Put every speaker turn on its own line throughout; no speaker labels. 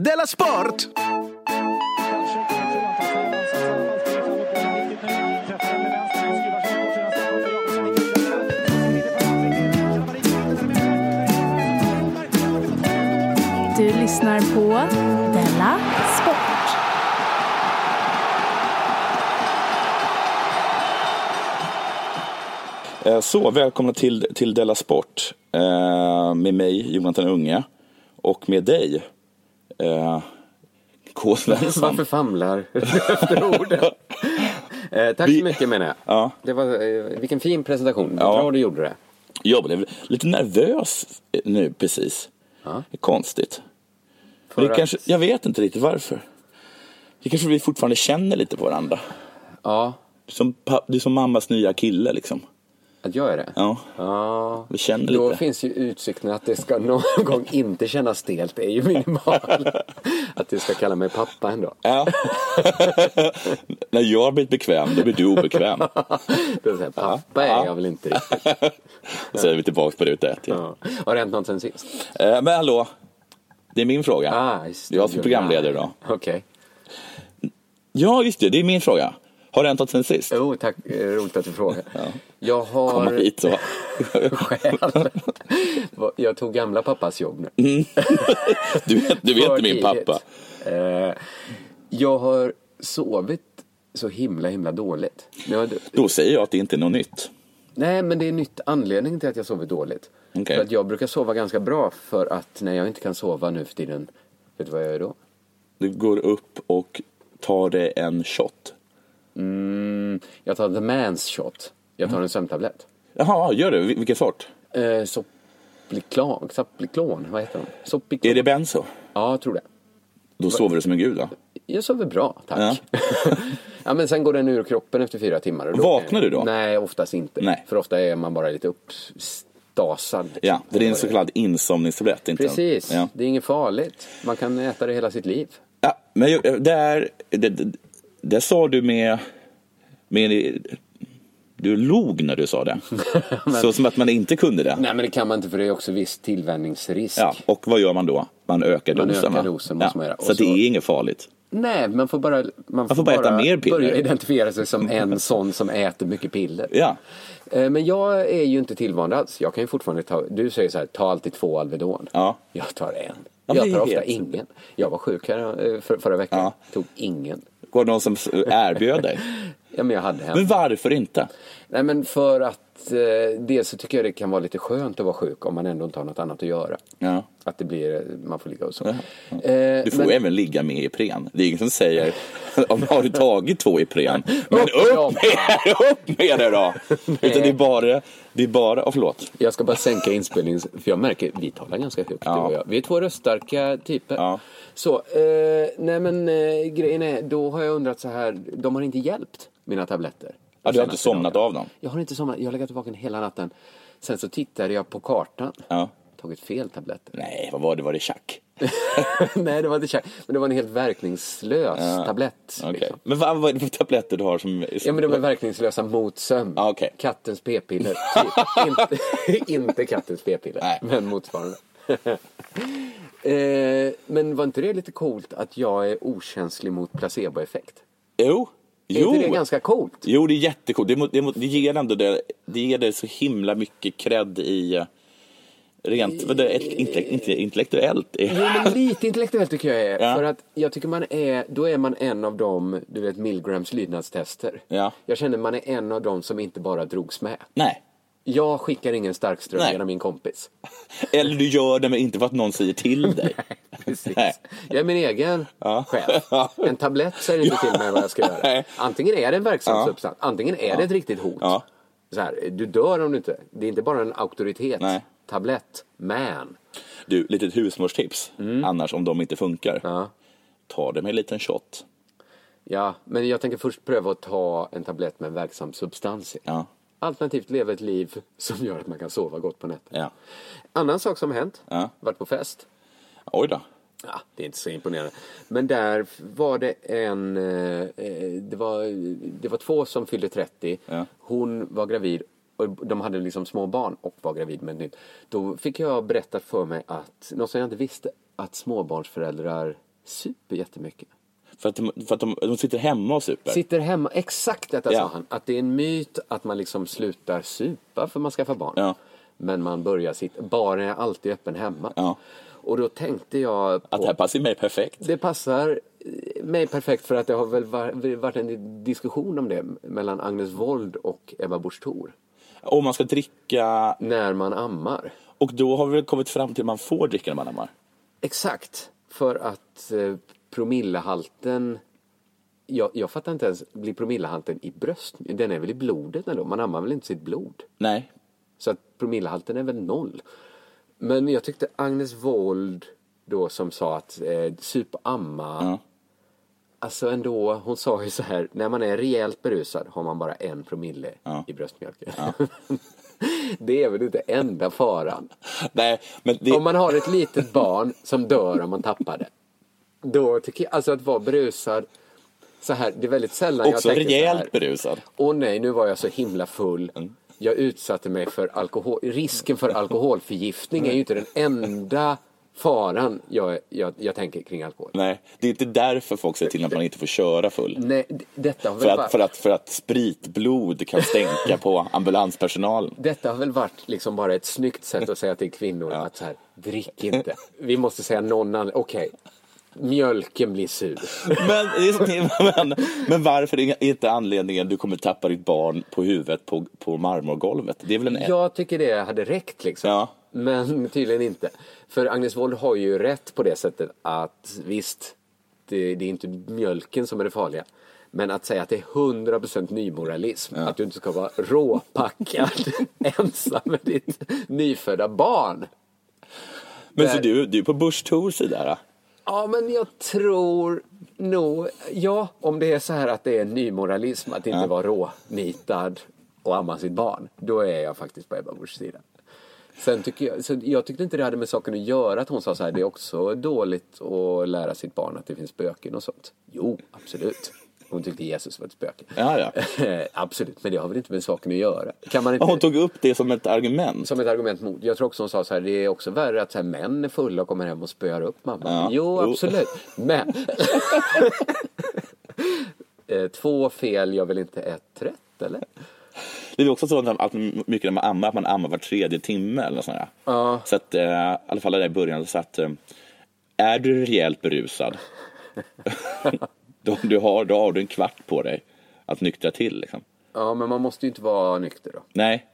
Della Sport!
Du lyssnar på Della Sport.
Eh, Så, välkomna till, till Della Sport eh, med mig, Jonathan Unge, och med dig, eh, K. Svensson.
Varför famlar efter orden? Eh, tack
Vi-
så mycket menar jag.
Ja.
Det var, eh, vilken fin presentation.
Ja.
Bra du gjorde det.
Jag blev lite nervös eh, nu precis. Det är konstigt.
För
Det
att-
kanske, jag vet inte riktigt varför. Det kanske vi fortfarande känner lite på varandra.
Ja,
Du är som, pa- du är som mammas nya kille liksom.
att jag är det.
Ja,
Ja.
vi känner
Då
lite.
finns ju utsikten att det ska någon gång inte kännas stelt. Det är ju minimal. Att du ska kalla mig pappa ändå.
Ja. När jag blir bekväm, då blir du obekväm.
Det är så här, pappa
Ja.
är jag väl inte riktigt.
Och så är vi tillbaka på ruta ett. igen.
Ja. Har det hänt något sen sist?
Eh, Men hallå, det är min fråga.
Ah, just det.
jag som programledare idag.
Okej.
Ja, just det, det är min fråga. Har det hänt något sen sist?
Jo, tack. Eh, Roligt att du frågar. Jag har...
Komma hit så.
själ. Jag tog gamla pappas jobb nu.
Du vet, du vet inte min
För tidigt.
pappa.
Eh, jag har sovit så himla, himla dåligt. Jag har,
Då säger jag att det inte är något nytt.
nej, men det är nytt anledning till att jag sovit dåligt.
Okej.
För att jag brukar sova ganska bra för att när jag inte kan sova nu för tiden, vet du vad jag gör då?
Du går upp och tar dig en shot.
Mm, jag tar the man's shot. Jag
Mm.
tar en sömntablett.
Jaha, gör du? Vil- Vilken sort?
Eh, Sopliklon, Sopliklon, vad heter de? Sopliklon.
Är det benzo?
Ja, jag tror det.
Då sover du som en gud va?
Jag sover bra, tack. Ja. men sen går den ur kroppen efter fyra timmar. Och
Vaknar du då?
Nej, oftast inte.
Nej.
För ofta är man bara lite uppstasad.
Ja, för det är en så kallad insomningstablett. Inte en-
Precis,
Ja.
det är inget farligt. Man kan äta det hela sitt liv.
Ja, men jag- där, det, det, det sa du med, med... Du log när du sa det. Så som att man inte kunde det.
Nej, men det kan man inte för det är också viss tillvänjningsrisk.
Ja, och vad gör man då? Man ökar
Man
dosen.
ökar
va?
dosen måste man göra.
Så,
Och
att det
så-
är inget farligt.
Nej, man får bara, man
får bara äta mer piller.
börja identifiera sig som en sån som äter mycket piller.
Ja.
Eh, Men jag är ju inte tillvand alls. Jag kan ju fortfarande ta, du säger så här, ta alltid två Alvedon.
Ja.
Jag tar en.
Ja, men
jag
det
tar
är
ofta
helt-
ingen. Jag var sjuk här eh, för, förra veckan.
Ja.
Tog ingen.
Går det någon som erbjöd dig?
Ja, men jag hade hem.
Men varför inte?
Nej, men för att eh, dels så tycker jag det kan vara lite skönt att vara sjuk om man ändå inte har något annat att göra.
Ja.
Att det blir, man får ligga och så.
Ja.
Eh,
Du får
men-
även ligga med Ipren. Det är ingen som säger om har du tagit två Ipren. Men upp med, upp med det då! Utan det är bara, det är bara, oh, förlåt.
Jag ska bara sänka inspelningen, för jag märker vi talar ganska högt
Ja.
du och jag. Vi är två röststarka typer.
Ja.
Så, eh, nej men eh, grejen är, då har jag undrat så här, de har inte hjälpt mina tabletter.
Ja, du har inte
Senaste
somnat
dagarna.
av dem?
Jag har inte somnat, jag har legat vaken hela natten. Sen så tittade jag på kartan,
Ja.
tagit fel tabletter.
Nej, vad var det? Var det tjack?
nej, det var inte käk, men det var en helt verkningslös tablett.
Okej.
liksom.
Men vad, vad är det för tabletter du har som...
Ja men de är verkningslösa mot sömn.
Ja, okej.
Kattens p-piller. Typ. inte, inte kattens p-piller,
Nej.
men motsvarande. eh, men var inte det lite coolt att jag är okänslig mot placeboeffekt?
Jo.
Är
Jo.
inte det ganska coolt?
Jo, det är jättecoolt. Det, må- det, må- det ger ändå det, det ger det så himla mycket cred i eh, rent vad det, är, inte, inte intellektuellt. i-
Jo, men lite intellektuellt tycker jag är.
Ja.
För att jag tycker man är, då är man en av dem, du vet Milgrams lydnadstester.
Ja.
Jag känner man är en av dem som inte bara drogs med.
Nej.
Jag skickar ingen starkström
Nej.
genom min kompis.
Eller du gör det men inte för att någon säger till dig.
Precis.
Nej.
Jag är min egen chef. En tablett säger inte till mig vad jag ska göra.
Nej.
Antingen är det en verksam
Ja.
substans, antingen är det ett riktigt hot.
Ja.
Så här, du dör om du inte... Det är inte bara en auktoritet.
Nej.
Tablett, man.
Du, litet husmorstips annars om de inte funkar.
Mm. Ja.
Ta det med en liten shot.
ja, men jag tänker först pröva att ta en tablett med en verksam substans i.
Ja.
Alternativt leva ett liv som gör att man kan sova gott på nätterna.
ja.
Annan sak som hänt,
Ja.
varit på fest.
Oj då.
Ja, det är inte så imponerande. Men där var det en... eh, eh, Det var, det var två som fyllde 30.
Ja.
Hon var gravid. Och de hade liksom små barn och var gravid med ett nytt. Då fick jag berättat för mig att, något som jag inte visste, att småbarnsföräldrar super jättemycket.
För att, de, för att de, de sitter hemma och super.
Sitter hemma, exakt detta
Ja.
sa han. Att det är en myt att man liksom slutar supa för man skaffar barn.
Ja.
Men man börjar sitta, baren är alltid öppen hemma.
Ja.
Och då tänkte jag på...
Att det här passar mig perfekt.
Det passar eh, mig perfekt för att det har väl var- varit en diskussion om det mellan Agnes Wold och Ebba Busch Thor.
Om man ska dricka,
När man ammar.
och då har vi väl kommit fram till att man får dricka när man ammar.
Exakt, för att eh, promillehalten... Jag, jag fattar inte ens, blir promillehalten i bröst? Den är väl i blodet ändå? Man ammar väl inte sitt blod?
Nej,
Så att promillehalten är väl noll. Men jag tyckte Agnes Wold då som sa att eh, sup amma.
Ja.
Alltså ändå, hon sa ju så här, när man är rejält berusad har man bara en promille
Ja.
i bröstmjölken. det är väl inte enda faran.
Nej men det,
Om man har ett litet barn som dör om man tappar det. Då tycker jag, alltså att vara berusad så här, det är väldigt sällan
också
jag tänker så här.
rejält berusad.
Åh nej, nu var jag så himla full.
Mm.
Jag utsatte mig för alkohol. Risken för alkoholförgiftning är ju inte den enda faran jag, jag, jag tänker kring alkohol.
Nej, det är inte därför folk säger till att man inte får köra full.
Nej, d- detta har
Mm. För att,
väl varit,
för att, för att spritblod kan stänka på ambulanspersonalen.
Detta har väl varit liksom bara ett snyggt sätt att säga till kvinnor att så här, drick inte. Vi måste säga någon annan, okej, mjölken blir sur.
Men, men, men varför är inte anledningen du kommer tappa ditt barn på huvudet på, på marmorgolvet? Det är väl en...
Jag tycker det hade räckt liksom.
Ja.
Men tydligen inte. För Agnes Wold har ju rätt på det sättet att visst, det, det är inte mjölken som är det farliga. Men att säga att det är 100% nymoralism, att du inte ska vara råpackad ensam med ditt nyfödda barn.
men så du, du är på Busch Thors sida? då?
Ja, men jag tror nog... Ja, om det är så här att det är nymoralism att inte vara rånitad och amma sitt barn, då är jag faktiskt på Ebba Buschs sida. Sen tycker jag, så jag tyckte inte det hade med saken att göra att hon sa så här, det är också dåligt att lära sitt barn att det finns spöken och sånt. Jo, absolut. Hon tyckte Jesus var ett spöke.
Ja, ja.
absolut, men det har väl inte med saken att göra. Kan man inte...
Hon tog upp det som ett argument.
Som ett argument mot. Jag tror också hon sa så här, det är också värre att så här, män är fulla och kommer hem och spöar upp mamma.
Ja.
Jo,
Jo.
absolut. Men... Eh, Två fel, jag vill inte ett rätt, eller?
Det är också så att mycket när man ammar, att man ammar var tredje timme eller något sånt där.
Ja.
Så att, eh, i alla fall där i början, så att eh, är du rejält berusad, då, du har, då har du en kvart på dig att nyktra till. Liksom.
Ja, men man måste ju inte vara nykter då.
Nej.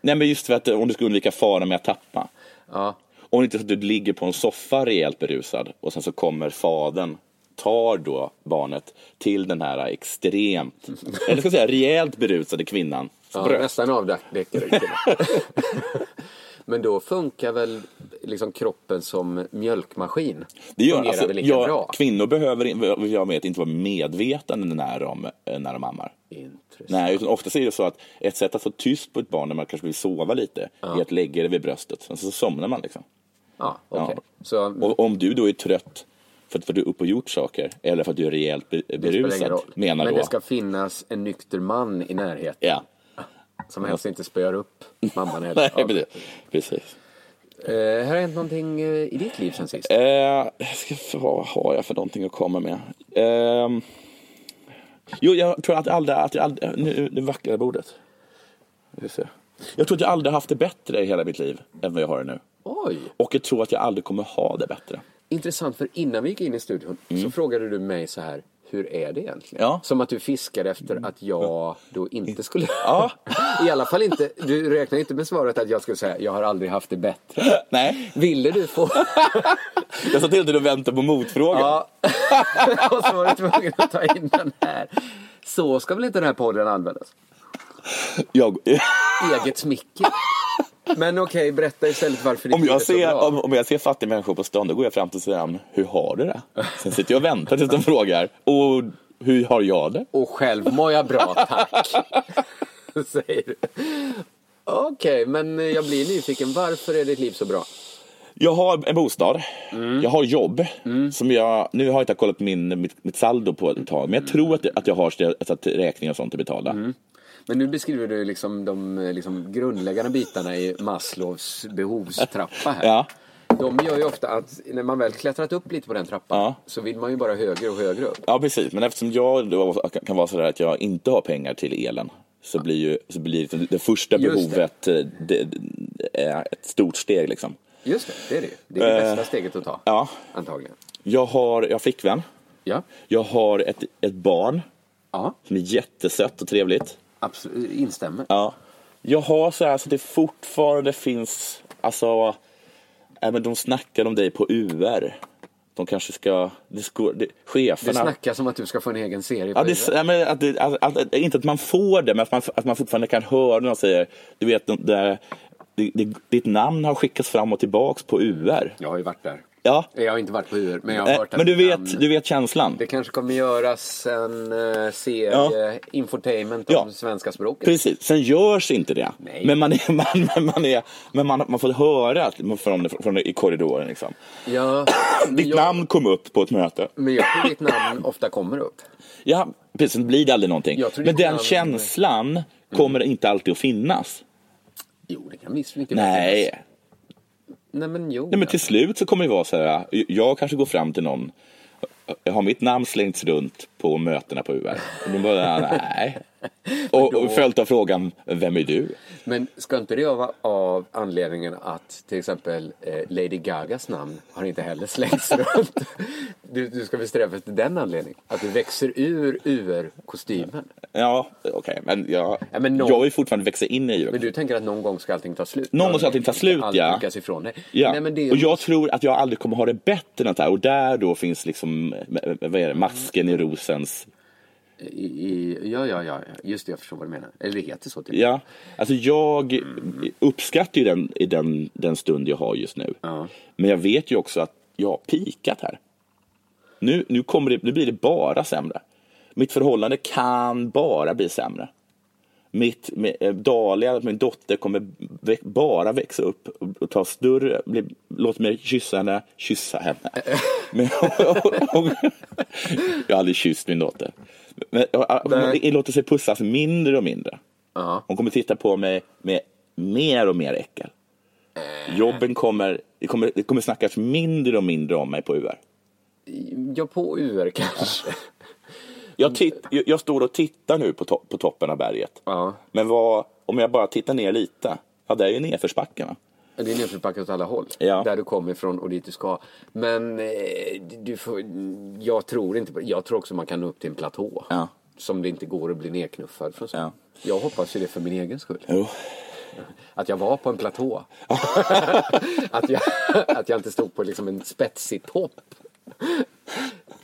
Nej, men just för att eh, om du ska undvika faran med att tappa.
Ja,
Om det inte är så att du ligger på en soffa rejält berusad och sen så kommer faden tar då barnet till den här extremt, eller ska jag säga rejält berusade kvinnan.
ja
bröst.
nästan avdäckare. men då funkar väl liksom kroppen som mjölkmaskin?
Det gör
Fungerar
alltså,
väl lika
jag,
bra?
Kvinnor behöver in- vill jag vet, inte vara medvetande när de, eh, när de ammar.
Intressant.
Nej, utan ofta är det så att ett sätt att få tyst på ett barn när man kanske vill sova lite är att lägga det vid bröstet. Sen så somnar man. Liksom.
Ja, okej.
Ja.
Så
Och om du då är trött för att, för att du är uppe och gjort saker eller för att du är rejält be-
det spelar ingen
berusad
roll.
menar
men
då...
det ska finnas en nykter man i närheten.
Ja.
Som helst inte spöar upp mamman
Nej,
heller.
precis. precis.
Eh, har det hänt någonting eh, i ditt liv sen sist?
Eh, jag ska, vad har jag för någonting att komma med? Ehm, jo, jag tror att jag aldrig... Att jag aldrig nu, nu vacklar jag bordet. Vi ser. Jag tror att jag aldrig haft det bättre i hela mitt liv än vad jag har det nu.
Oj!
Och jag tror att jag aldrig kommer ha det bättre.
Intressant, för innan vi gick in i studion så frågade du mig så här, hur är det egentligen?
Mm. Ja.
Som att du fiskade efter att jag då inte skulle...
Ja.
I alla fall inte, du räknar inte med svaret att jag skulle säga, jag har aldrig haft det bättre.
Nej,
Ville du få...
jag satt hela tiden och väntade på motfrågan.
Ja. Och så var du tvungen att ta in den här. Så ska väl inte den här podden användas?
Jag,
Eget smicker. Men okej, berätta istället varför
om,
ditt liv är
jag
så
ser,
bra.
om, om jag ser fattiga människor på stan, då går jag fram till dem. Hur har du det? Sen sitter jag och väntar tills de frågar. Och hur har jag det?
Och själv mår jag bra, tack. Säger du. Okej, men jag blir nyfiken. Varför är ditt liv så bra?
Jag har en bostad,
Mm.
jag har jobb. Som jag, nu har jag inte kollat min, mitt, mitt saldo på ett tag, men jag tror att, att jag har så att- så att räkningar och sånt att betala.
Mm. Men nu beskriver du liksom de eh, liksom grundläggande bitarna i Maslows behovstrappa här.
Ja.
De gör ju ofta att när man väl klättrat upp lite på den trappan
Ja.
så vill man ju bara högre och högre upp.
Ja, precis. Men eftersom jag då kan vara sådär att jag inte har pengar till elen så blir ju så blir liksom det första
Just det.
behovet eh, det. Det, är ett stort steg. Liksom.
Just det, det är det ju. Det är det
Eh,
bästa steget att ta.
Ja.
Antagligen.
Jag har, jag har flickvän,
Ja.
jag har ett, ett barn
Ja,
som är jättesött och trevligt.
absolut. Instämmer.
Ja. Jag har så här så det fortfarande finns, alltså, äh, men de snackar om dig på UR. De kanske ska, det sko, det,
Det
cheferna.
snackas om att du ska få en egen serie på
Ja, det,
UR.
är- ja, men att det, att, att, att, inte att man får det, men att man, att man fortfarande kan höra när de säger, du vet, de, där, det, det, ditt namn har skickats fram och tillbaks på UR.
Jag har ju varit där.
Ja,
Jag har inte varit på UR, men jag har
Nej,
hört att
Eh, men du
namn-
vet, du vet känslan.
Det kanske kommer göras en eh, serie, infotainment om
Ja.
svenska språket.
Precis, sen görs inte det.
Nej.
Men man, är, man, men man, är, men man, man får höra att- från, det- från det i korridoren. Liksom.
Ja,
Ditt
jag,
namn kom upp på ett möte.
Men jag tror ditt namn ofta kommer upp.
Ja, precis, sen blir det aldrig någonting.
Jag tror
Men
inte
den
jag- Mm.
känslan kommer inte alltid att finnas.
Jo, det kan visst mycket väl
Nej.
finnas. Nej, men jo.
Nej, men till slut så kommer det vara så här. Jag kanske går fram till någon. Jag har mitt namn slängts runt på mötena på UR. Och de bara, nej. Och, och följt av frågan, vem är du?
Men ska inte det vara av anledningen att till exempel eh, Lady Gagas namn har inte heller slängts runt? Du, du ska väl sträva efter den anledningen? Att du växer ur UR-kostymen?
Ja, okej, men jag,
Ja, men någon-
jag vill fortfarande växa in i
Men
det.
du tänker att någon gång ska allting ta slut?
Någon gång ska allting ta slut,
Allt
ja.
lyckas ifrån dig.
Ja.
Nej, men det,
Och jag tror att jag aldrig kommer ha det bättre än det här. Och där då finns liksom, eh, vad är det, masken i rosens...
i, i, ja, ja, ja, ja. just det, jag förstår vad du menar. Eller det heter så till
Ja, alltså jag uppskattar ju den, i den, den stund jag har just nu.
Ja.
Men jag vet ju också att jag har pikat här. Nu, nu, kommer det, nu blir det bara sämre. Mitt förhållande kan bara bli sämre. Mitt med- eh, Dahlia, min dotter, kommer vä- bara växa upp och- och ta större... Bli, låt mig kyssa henne, kyssa henne. Men, jag har aldrig kysst min dotter. Men,
Nej.
hon låter sig pussas mindre och mindre.
Ja.
Hon kommer titta på mig med mer och mer äckel. Jobben kommer, det kommer, det kommer snackas mindre och mindre om mig på UR.
Ja, på UR kanske.
Jag, titt, jag jag står och tittar nu på, to, på toppen av berget.
Ja.
Men vad, om jag bara tittar ner lite, ja där är ju nedförsbacke va?
Det är nedförsbacke åt alla håll.
Ja.
Där du kommer ifrån och dit du ska. Men eh, du får, jag tror inte på Jag tror också man kan nå upp till en platå.
Ja.
Som det inte går att bli nedknuffad från.
Ja.
Jag hoppas ju det för min egen skull.
Jo.
Att jag var på en platå. att, jag, att jag inte stod på liksom en spetsig topp.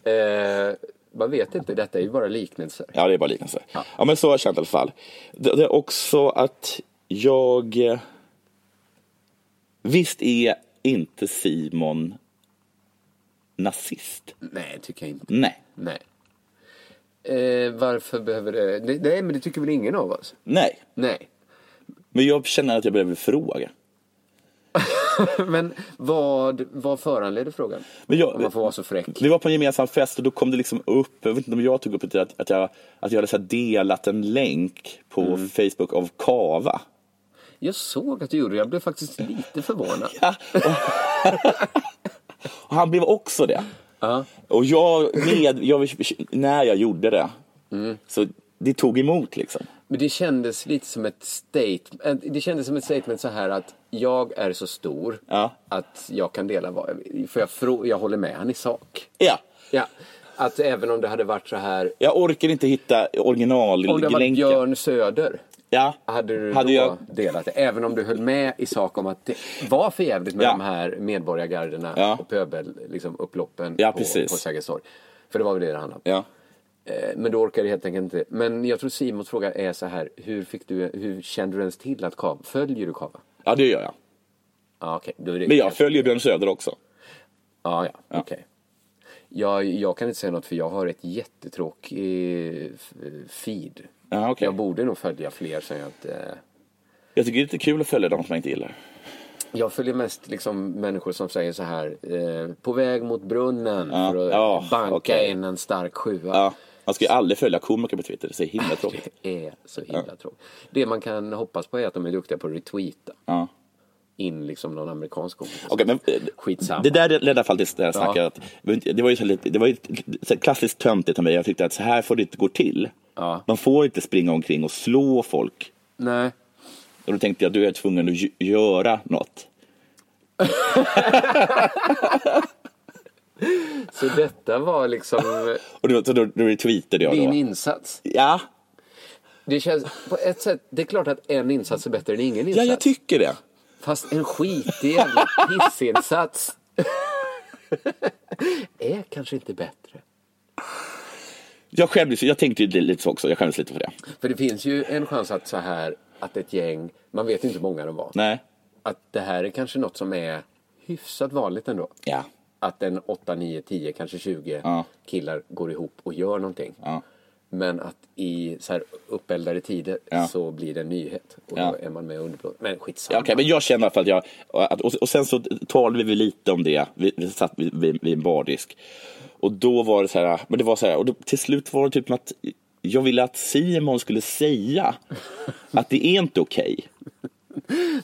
Eh, man vet inte, detta är ju bara liknelser.
Ja, det är bara liknelse. Ja. men så har jag känt i alla fall. Det, det är också att jag... eh, Visst är inte Simon nazist?
Nej, tycker jag inte.
Nej.
Nej. Eh, varför behöver det... Nej, Nej, men det tycker väl ingen av oss?
Nej.
Nej.
Men jag känner att jag behöver fråga.
Men vad, vad föranleder frågan?
Men jag,
Om man får vara så fräck.
Vi var på en gemensam fest och då kom det liksom upp, jag vet inte om jag tog upp det, att, att, jag, att jag hade så här delat en länk på
Mm.
Facebook av Kava.
Jag såg att du gjorde det. Jag blev faktiskt lite förvånad.
Och han blev också det.
Ja.
Och jag, med, jag när jag gjorde det,
Mm.
så det tog emot liksom.
Men det kändes lite som ett statement. Det kändes som ett statement så här att jag är så stor
Ja.
att jag kan dela vad jag vill. För jag, frå- jag håller med han i sak.
Ja,
Ja. Att även om det hade varit så här.
jag orkar inte hitta
Om det hade varit
originallänken.
Björn Söder.
Ja.
Hade du
Hade
då
jag-
delat det? Även om du höll med i sak om att det var för jävligt med
Ja.
de här medborgargarderna
Ja.
och pöbelupploppen liksom, upploppen
Ja,
på, på
precis.
Sergels torg. För det var väl det det handlade om.
Ja.
Eh, Men du orkade helt enkelt inte. Men jag tror Simons fråga är så här. Hur, fick du, hur kände du ens till att Kava? Följer du Kava?
ja, det gör jag.
Ja, okej. Då är det
Men jag följer Björn Söder också.
Ja, ja. Okej. Jag, jag kan inte säga något för jag har ett jättetråkig eh, feed.
Ja, okej.
Jag borde nog följa fler som jag eh, inte...
Jag tycker det är lite kul att följa de som jag inte gillar.
Jag följer mest liksom människor som säger så här, eh, på väg mot brunnen
Ja.
för att
Ja,
banka
okej.
in en stark sjua.
Ja. Man ska ju aldrig följa komiker på Twitter, det är så himla tråkigt.
Det är så himla tråkigt. Det man kan hoppas på är att de är duktiga på att retweeta.
Ja.
in liksom någon amerikansk kompis.
Okej, men eh,
Skitsamma.
Det där ledde faktiskt till det jag snackade.
Ja.
Att, det var ju, så lite, det var ju så här klassiskt töntigt av mig. Jag tyckte att så här får det inte gå till.
Ja.
Man får inte springa omkring och slå folk.
Nej.
Och då tänkte jag, du är tvungen att gö- göra något.
Så detta var liksom
Och då, så då, då tweetade jag
din
då.
insats.
Ja,
Det känns på ett sätt, det är klart att en insats är bättre än ingen
ja,
insats.
jag tycker det.
Fast en skitig jävla pissinsats är kanske inte bättre.
Jag, skämdes, jag tänkte ju lite så också, jag skäms lite för det.
För det finns ju en chans att så här, att ett gäng, man vet inte hur många de var,
Nej.
att det här är kanske något som är hyfsat vanligt ändå.
Ja.
Att en 8, 9, 10, kanske 20
Ja.
killar går ihop och gör någonting.
Ja.
Men att i så här uppeldade tider
Ja.
så blir det en nyhet och
Ja.
då är man med och underblåser. Men
Ja,
skitsamma.
Okej, men jag känner för att jag... Att, och, och sen så talade vi lite om det. Vi, vi satt vid, vid, vid en bardisk. Och då var det så här... Men det var så här och då, till slut var det typ att jag ville att Simon skulle säga att det är inte okej.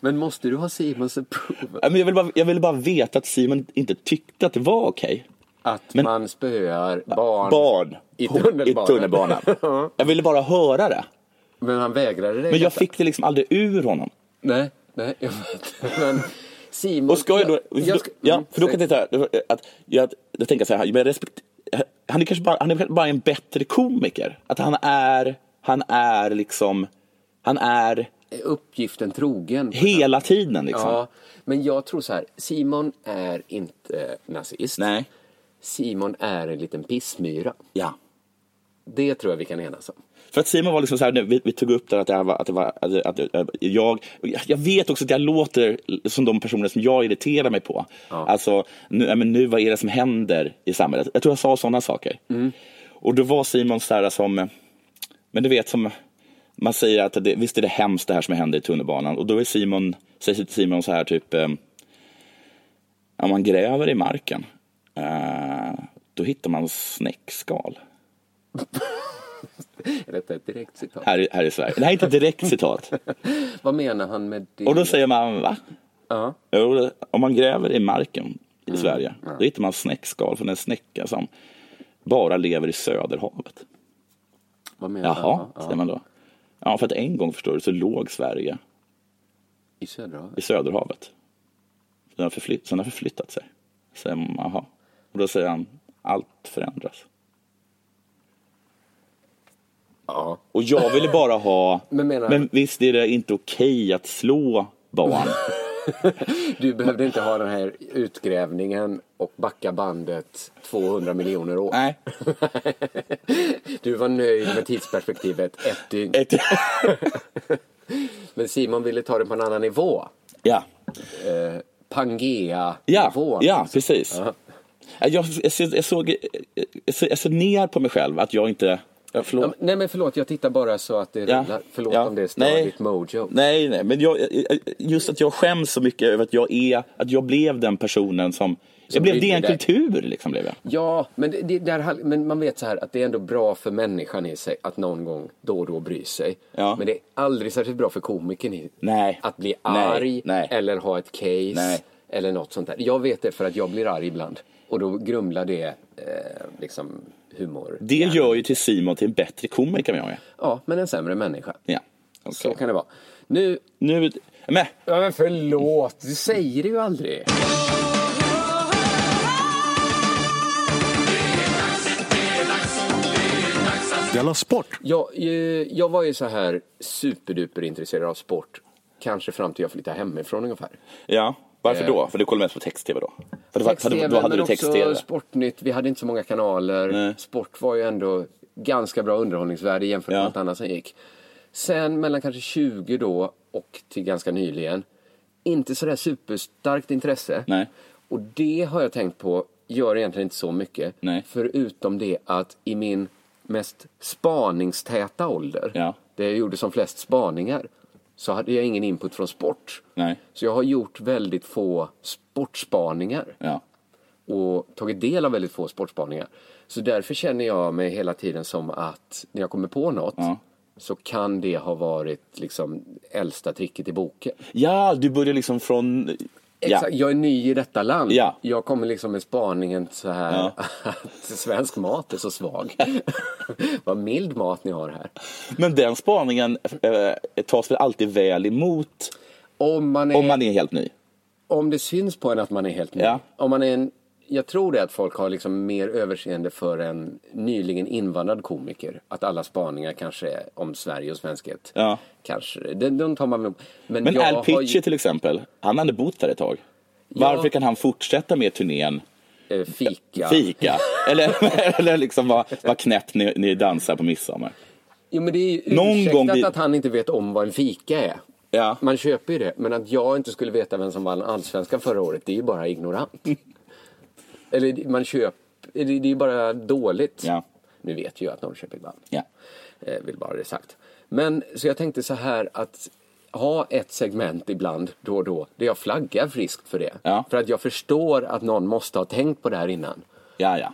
Men måste du ha Simons approval?
Nej, Men Jag, ville bara- jag ville bara veta att Simon inte tyckte att det var okej.
Att
Men-
man spöar barn,
Barn.
i
På-
tunnelbanan.
I tunnelbanan. Jag ville bara höra det.
Men han vägrade det.
Men jag
detta.
fick det liksom aldrig ur honom.
Nej, nej, jag fattar. Men Simon...
Och ska jag då...
jag ska-
ja,
Mm,
för då kan
säg.
jag tänka så här, att, jag, jag tänker så här, men jag respekt, han är kanske bara, han är kanske bara en bättre komiker. Att han är, han är liksom, han är
Uppgiften trogen.
hela tiden liksom.
Ja, men jag tror så här. Simon är inte nazist.
Nej.
Simon är en liten pissmyra.
Ja.
Det tror jag vi kan enas om.
För att Simon var liksom så här, nu, vi, vi tog upp det att det här var, att det var, att, det- att, det- jag, jag vet också att jag låter som de personer som jag irriterar mig på. Alltså, nu, ja, men nu vad är det som händer i samhället? Jag tror jag sa sådana saker. Och då var Simon så här som, men du vet som, man säger att det, visst är det hemskt det här som händer i tunnelbanan. Och då är Simon, säger Simon så här typ, eh, ja man gräver i marken, eh, då hittar man snäckskal.
Detta är ett direkt citat.
Här, i- här i Sverige. Det här är inte ett direkt citat.
Vad menar han med det?
Och då säger man va?
Ja.
Jo, det- om man gräver i marken i
Mm,
Sverige, då hittar man snäckskal från en snäcka som bara lever i Söderhavet.
Vad menar
Jaha,
han? Ja,
säger man då. Ja, för att en gång förstår du så låg Sverige
I södra
i Söderhavet. Den har, förflytt, så den har förflyttat sig. Säger man, jaha. Och då säger han, allt förändras.
Ja.
Och jag ville bara ha,
Men menar-
men visst är det inte okej att slå barn?
Du behövde inte ha den här utgrävningen och backa bandet 200 miljoner år.
Nej.
Du var nöjd med tidsperspektivet ett dygn.
Ett...
Men Simon ville ta det på en annan nivå.
ja.
Eh,
Ja,
Pangea-nivån.
ja precis. Jag, jag, jag, jag, såg, jag, såg, jag såg ner på mig själv att jag inte... Jag förlåt.
Ja, men- Nej men förlåt, jag tittar bara så att det
Ja.
rullar. Förlåt
Ja.
om det är
Nej.
störigt mojo.
Nej, nej, men jag, jag- just att jag skäms så mycket över att jag är, att jag blev den personen som, jag blev
brydde
det en
dig.
kultur liksom blev jag.
Ja, men, det, det, där, hal- men man vet så här att det är ändå bra för människan i sig att någon gång då och då bry sig.
Ja.
Men det är aldrig särskilt bra för komikern i
Nej.
att bli
Nej,
arg
nej.
eller ha ett case
Nej.
eller något sånt där. Jag vet det för att jag blir arg ibland och då grumlar det eh, liksom humor.
Det gör ju till Simon till en bättre komiker än jag är.
Ja, men en sämre människa.
Ja.
Så
okej.
kan det vara. Nu...
Nu, men,
Ja, men förlåt, du säger det ju aldrig.
Della Sport!
Jag, eh, jag var ju så här superduper intresserad av sport. Kanske fram till jag flyttade hemifrån ungefär.
ja, varför då? För du kollade mest på text-tv då? För det var, för
Eh. Text-tv,
då hade
men
du text-tv.
också Sportnytt. Vi hade inte så många kanaler.
Nej.
Sport var ju ändå ganska bra underhållningsvärde jämfört med
Ja.
allt annat som gick. Sen mellan kanske 20 då och till ganska nyligen. Inte sådär superstarkt intresse.
Nej.
Och det har jag tänkt på gör egentligen inte så mycket.
Nej.
Förutom det att i min mest spaningstäta ålder,
Ja.
där jag gjorde som flest spaningar, så hade jag ingen input från sport.
Nej.
Så jag har gjort väldigt få sportspaningar
Ja.
och tagit del av väldigt få sportspaningar. Så därför känner jag mig hela tiden som att när jag kommer på något, så kan det ha varit liksom äldsta tricket i boken.
Ja, du börjar liksom från... Ja.
Exakt, Jag är ny i detta land.
Ja.
Jag kommer liksom med spaningen så här
Ja.
att svensk mat är så svag. Vad mild mat ni har här.
Men den spaningen eh, tas väl alltid väl emot
Om man är,
om man är helt ny?
om det syns på en att man är helt ny.
Ja.
Om man är en, jag tror det att folk har liksom mer överseende för en nyligen invandrad komiker. Att alla spaningar kanske är om Sverige och svenskhet.
Ja.
Kanske, den, den tar man med. Men,
Men
jag
Al
har
Pitcher
ju,
till exempel, han hade bott där ett tag. Varför kan han fortsätta med turnén
eh, fika.
Fika? Eller, eller liksom vad vad knäppt ni, ni dansar på midsommar?
Jo, men det är ju
Någon
ursäktat
gång blir-
att han inte vet om vad en fika är.
Ja.
Man köper ju det. Men att jag inte skulle veta vem som vann allsvenskan förra året, det är ju bara ignorant. Eller man köper... Det det är ju bara dåligt.
Ja.
Nu vet ju jag att Norrköping vann.
Ja.
Eh, vill bara ha det sagt. Men så jag tänkte så här att ha ett segment ibland då och då där jag flaggar friskt för det.
Ja.
För att jag förstår att någon måste ha tänkt på det här innan.
Ja, ja.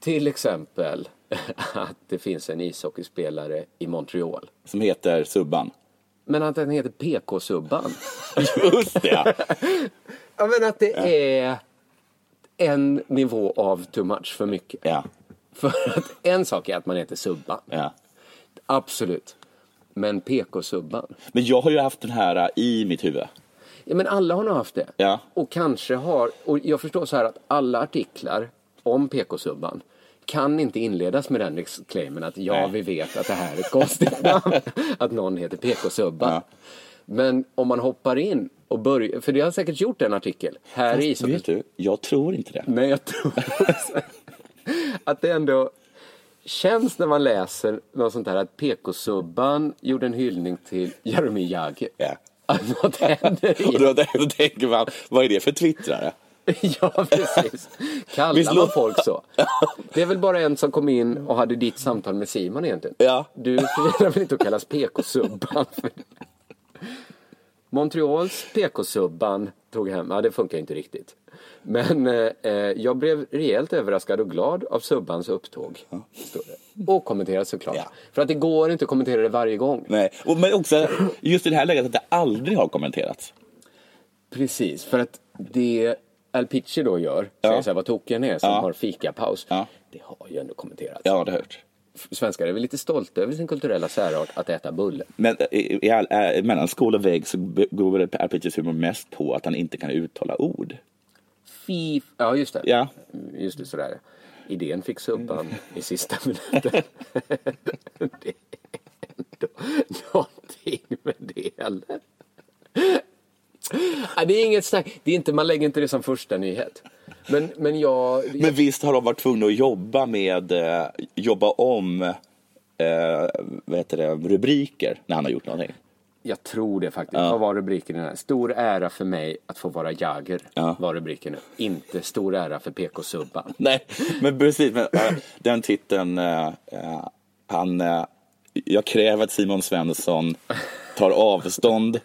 Till exempel att det finns en ishockeyspelare i Montreal.
Som heter Subban.
Men att den heter PK-subban.
Just det, ja.
ja men att det är en nivå av too much för mycket.
ja.
För att en sak är att man heter subban.
ja.
Absolut. Men PK-subban.
Men jag har ju haft den här äh, i mitt huvud.
Ja, men alla har nog haft det.
Ja.
Och kanske har, och jag förstår så här att alla artiklar om PK-subban kan inte inledas med den disclaimern att ja,
Nej.
vi vet att det här är ett konstigt namn, att någon heter PK-subban.
Ja.
Men om man hoppar in och börjar, för det har säkert gjort en artikel här i ishockey.
Vet du, jag tror inte det.
Men jag tror också att det ändå känns när man läser något sånt här att PK-subban gjorde en hyllning till Jaromir Jagr.
Ja.
Att något händer i
Och då, då tänker man, vad är det för twittrare?
Ja, precis. Kallar
Visst
man
låter-
folk så? Det är väl bara en som kom in och hade ditt samtal med Simon egentligen?
Ja.
Du förtjänar väl inte att kallas PK-subban? för det? Montreals PK-subban tog hem, ja det funkar ju inte riktigt. Men eh, eh, jag blev rejält överraskad och glad av subbans upptåg. Står det. Och kommenterade såklart.
Ja.
För att det går inte att kommentera det varje gång.
Nej. Och, men också just i det här läget att det aldrig har kommenterats.
Precis, för att det Al Pitcher då gör, säger så här vad tokiga ni är som
Ja.
har fikapaus.
Ja.
Det har ju ändå kommenterats.
Ja, det har jag hört.
Svenskar är väl lite stolta över sin kulturella särart att äta bulle.
Men i, i, all- eh, mellan skål och vägg så be- går väl Per Peters humor mest på att han inte kan uttala ord.
Fy... Ja, just det. Mm,
Ja. Mm.
Just det, sådär. Idén fick subban i sista minuten. det är ändå någonting med det, eller? Ja, det är inget snack. Det är inte, man lägger inte det som första nyhet. Men, men jag...
Men visst har de varit tvungna att jobba med, eh, jobba om eh, vad heter det, rubriker när han har gjort någonting.
Jag tror det faktiskt. Vad var rubriken i den här? Stor ära för mig att få vara Jagger
Ja.
var rubriken. nu. Inte stor ära för PK-subban.
Nej, men precis. Men, eh, den titeln, eh, eh, han, eh, jag kräver att Simon Svensson tar avstånd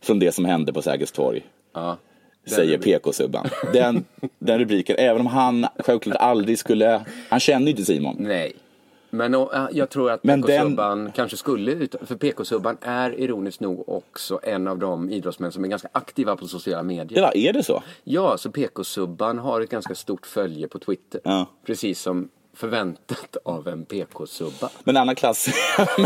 från det som hände på Sergels torg.
Ja. Den
säger
rubriken.
PK-subban. Den, den rubriken, även om han självklart aldrig skulle... Han känner ju inte Simon.
Nej. Men och, äh, jag tror att
Men
PK-subban kanske skulle ut. För PK-subban är ironiskt nog också en av de idrottsmän som är ganska aktiva på sociala medier.
Det var, är det så?
Ja, så PK-subban har ett ganska stort följe på Twitter.
Ja.
Precis som förväntat av en PK-subba.
Men en annan, klass,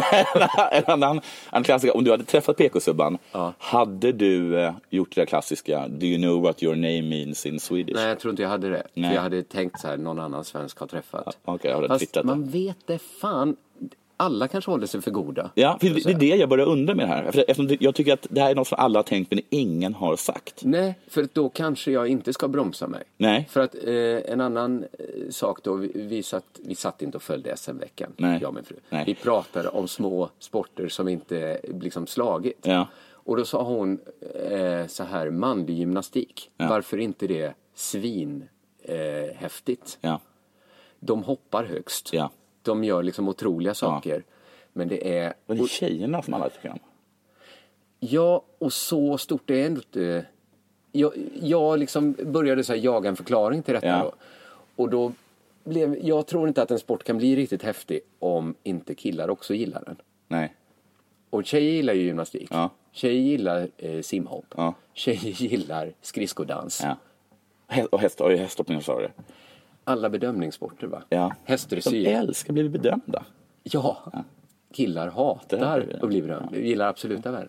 en annan, annan klassiker, om du hade träffat PK-subban, hade du eh, gjort det där klassiska Do you know what your name means in Swedish?
Nej, jag tror inte jag hade det.
Nej.
För jag hade tänkt så här, någon annan svensk har träffat.
Ja, okej, har du
Fast
twittrat det?
man vet det fan. Alla kanske håller sig för goda.
Ja, för det, det är det jag börjar undra med det här. För eftersom det, jag tycker att det här är något som alla har tänkt men ingen har sagt.
Nej, för då kanske jag inte ska bromsa mig.
Nej.
För att eh, en annan eh, sak då, vi, vi, satt, vi satt inte och följde SM-veckan,
Nej.
jag och min fru.
Nej.
Vi pratade om små sporter som inte eh, liksom slagit.
Ja.
Och då sa hon eh, så här, manlig gymnastik, varför inte det svin eh, häftigt?
Ja,
De hoppar högst.
Ja.
De gör liksom otroliga saker. Men det är...
var det tjejerna som alla tycker om?
Ja, och så stort det är ändå inte. Jag, jag liksom började så här jaga en förklaring till detta.
Ja.
Då. Och då blev, jag tror inte att en sport kan bli riktigt häftig om inte killar också gillar den.
Nej.
Och tjejer gillar ju gymnastik.
Ja.
Tjejer gillar eh, simhopp.
Ja.
Tjejer gillar skridskodans.
Ja. Hä- Och häst, och hästhoppning, sa du?
Alla bedömningssporter va?
Ja.
Hästdressyr.
De älskar att bli bedömda.
Ja, killar
Det här blir
hatar
det.
att bli berömda. gillar absoluta värden.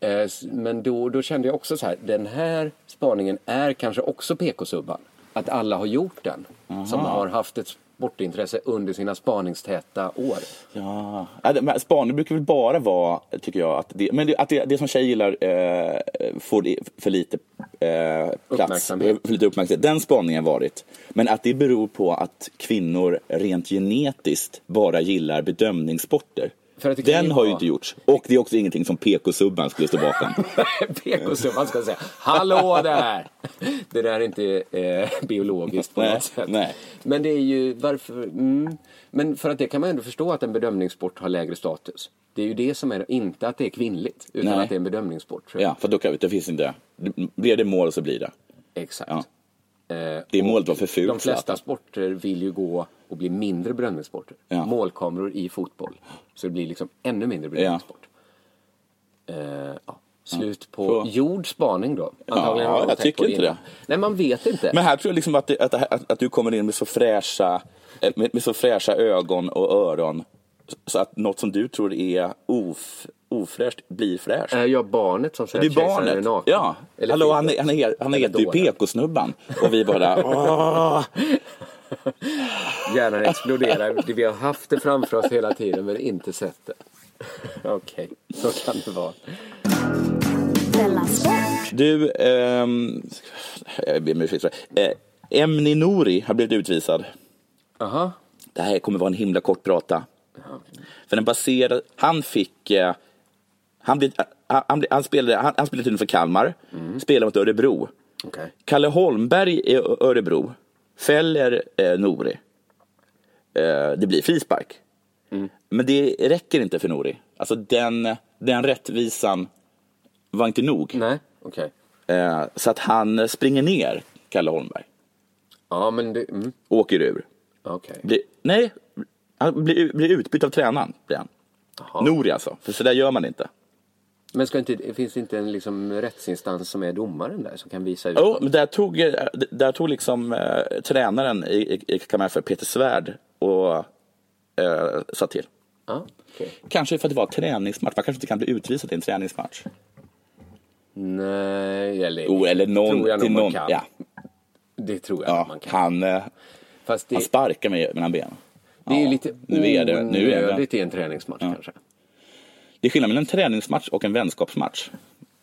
Eh, s- Men då, då kände jag också så här, den här spaningen är kanske också PK-subban. Att alla har gjort den. Som har haft ett sportintresse under sina spaningstäta år.
Ja. Ja, det- men Spaning brukar väl bara vara, tycker jag, att det, men det, att det, det som tjejer gillar eh, får det för lite eh, plats.
Uppmärksamhet.
För lite uppmärksamhet. Den spaningen har varit. Men att det beror på att kvinnor rent genetiskt bara gillar bedömningssporter.
För att det kan
Den
ju
har ju
vara-
inte gjorts. Och det är också ingenting som PK-subban skulle stå bakom.
PK-subban ska säga, hallå där! Det där är inte eh, biologiskt på
Nej,
något sätt.
nej.
Men det är ju varför, mm. Men för att det kan man ändå förstå att en bedömningssport har lägre status. Det är ju det som är, inte att det är kvinnligt, utan
Nej.
att det är en bedömningssport. tror jag.
ja, för då kan, det finns inte... Blir det mål så blir det.
Exakt.
Ja.
Eh,
Det
och
målet var för fult.
de
så
flesta
att-
sporter vill ju gå och bli mindre bedömningssporter.
Ja.
Målkameror i fotboll. Så det blir liksom ännu mindre bedömningssport. Eh, ja. Slut på
Så.
jordspaning då.
Ja,
har de
jag
tänkt
tycker
på
inte
innan.
det.
Nej, man vet inte.
Men här tror jag liksom att, det, att, det här- att, att du kommer in med så fräscha, eh, med, med så fräscha ögon och öron så- så att något som du tror är of, ofräscht blir fräscht.
Är jag barnet som säger
Det är
att Eh, kejsaren
barnet.
är naken?
Ja.
Eller
Hallå, han,
fittet?
är- han, är, han
Eller Ah.
heter ju
dåren.
PK-snubban och vi bara åh.
Hjärnan exploderar. Det- Vi har haft det framför oss hela tiden men inte sett det. Okej, så kan det vara.
Della Sport.
Du, ehm, jag ber om ursäkt för det. Eh, Emni Nouri har blivit utvisad.
Aha.
Det här kommer vara en himla kort prata. För den baserade, han fick, eh, han, blev, eh, han, han, blev- han spelade, han, han spelade tydligen för Kalmar, spelade mot Örebro.
Okej.
Kalle Holmberg i Ö- Örebro fäller eh, Nori. Eh, det blir frispark. Men det räcker inte för Nori. Alltså den, den rättvisan var inte nog.
Nej, okej.
Eh, så att han springer ner, Kalle Holmberg,
Ja, men det... Mm.
åker ur.
Okej.
Blir, nej, han blir, blir utbytt av tränaren. Blir han.
Jaha.
Nori alltså, för så där gör man inte.
Men ska inte, finns det inte en liksom rättsinstans som är domaren där som kan visa ut?
Jo, men där tog, eh, där tog liksom eh, tränaren i, i, i Kalmar FF, Peter Svärd, och eh, sa till.
Ja, okej.
Kanske för att det var en träningsmatch. Man kanske inte kan bli utvisad i en träningsmatch.
Nej, eller,
Jo, eller någon
tror jag
till
nog man
någon.
Kan.
Ja,
Det tror jag
ja,
man
han,
kan.
eh,
Fast det,
han sparkar mig mellan benen.
det är ju
Ja,
lite
nu är det, nu är det.
onödigt i en träningsmatch kanske.
det är skillnad mellan en träningsmatch och en vänskapsmatch.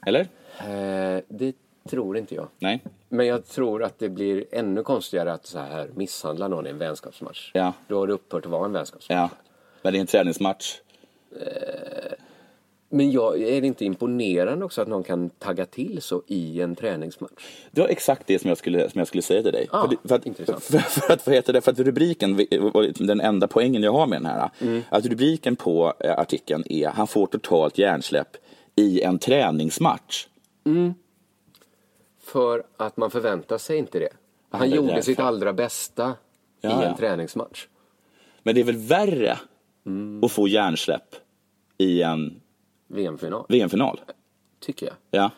Eller?
Eh, det tror inte jag.
Nej?
Men jag tror att det blir ännu konstigare att så här misshandla någon i en vänskapsmatch.
Ja.
Då har det upphört att vara en vänskapsmatch.
Ja. Men det är en träningsmatch.
Men jag, är det inte imponerande också att någon kan tagga till så i en träningsmatch?
Det var exakt det som jag skulle, som jag skulle säga till dig.
Ah,
för, det- för,
intressant.
att, för, för, att, vad heter det, för att rubriken var liksom den enda poängen jag har med den här.
Mm.
Att rubriken på eh, artikeln är Han får totalt hjärnsläpp i en träningsmatch.
För att man förväntar sig inte det. Han,
det är
gjorde
därför.
sitt allra bästa i en
Ja, ja.
träningsmatch.
Men det är väl värre
Mm.
att få hjärnsläpp i en
VM-final,
VM-final?
tycker jag.
Ja.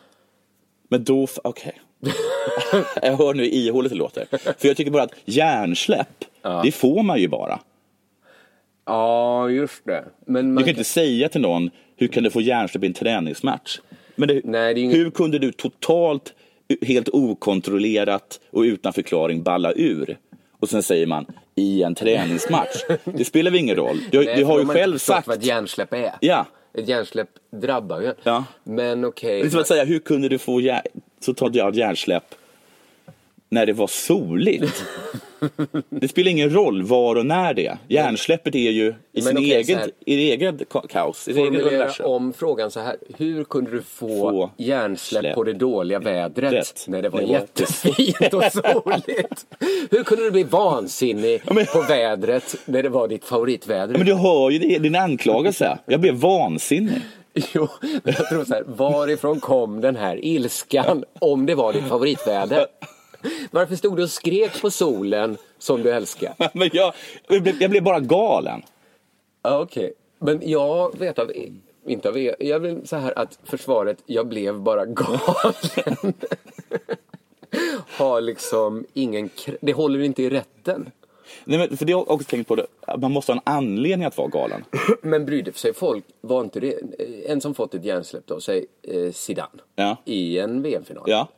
Men då... f- Okej. jag hör nu hur ihåligt det låter. För jag tycker bara att hjärnsläpp, det får man ju bara.
Ja, just det. Men
Du
man,
kan inte säga till någon, hur kan du få hjärnsläpp i en träningsmatch? Men det,
Nej, det är ju inget-
Hur kunde du totalt, helt okontrollerat och utan förklaring balla ur? Och sen säger man, i en träningsmatch. det spelar väl ingen roll? Du,
Nej,
du
för
har
då
ju
man inte
själv
förstått
sagt...
vad ett hjärnsläpp är.
Ja.
Ett hjärnsläpp drabbar ju en.
Ja.
Men okej.
Det är som att säga, hur kunde du få hjär... totalt hjär- hjärnsläpp när det var soligt? det spelar ingen roll var och när det är. Hjärnsläppet är ju i sin
okej, så
egen,
här.
i egen ka- kaos, i sin egen
Formulera
universum.
om frågan så här. Hur kunde du få,
Få
hjärnsläpp
släpp.
på det dåliga vädret
Rätt.
när det var
Det var-
jättefint och soligt? Hur kunde du bli vansinnig
men-
på vädret när det var ditt favoritväder?
Men du hör ju det- din anklagelse. Jag blev vansinnig.
Jo, men jag tror så här, varifrån kom den här ilskan om det var ditt favoritväder? Varför stod du och skrek på solen som du älskar?
Men jag, jag, blev, jag blev bara galen.
Ja, Okej, men jag vet av e- Inte av er. Jag vill så här att försvaret, jag blev bara galen. Har liksom ingen, kr- det håller inte i rätten.
Nej, men för det har jag också tänkt på det. att Man måste ha en anledning att vara galen.
Men brydde sig folk, var inte det, en som fått ett hjärnsläpp då, säg eh, Zidane,
Ja.
i en VM-final.
Ja.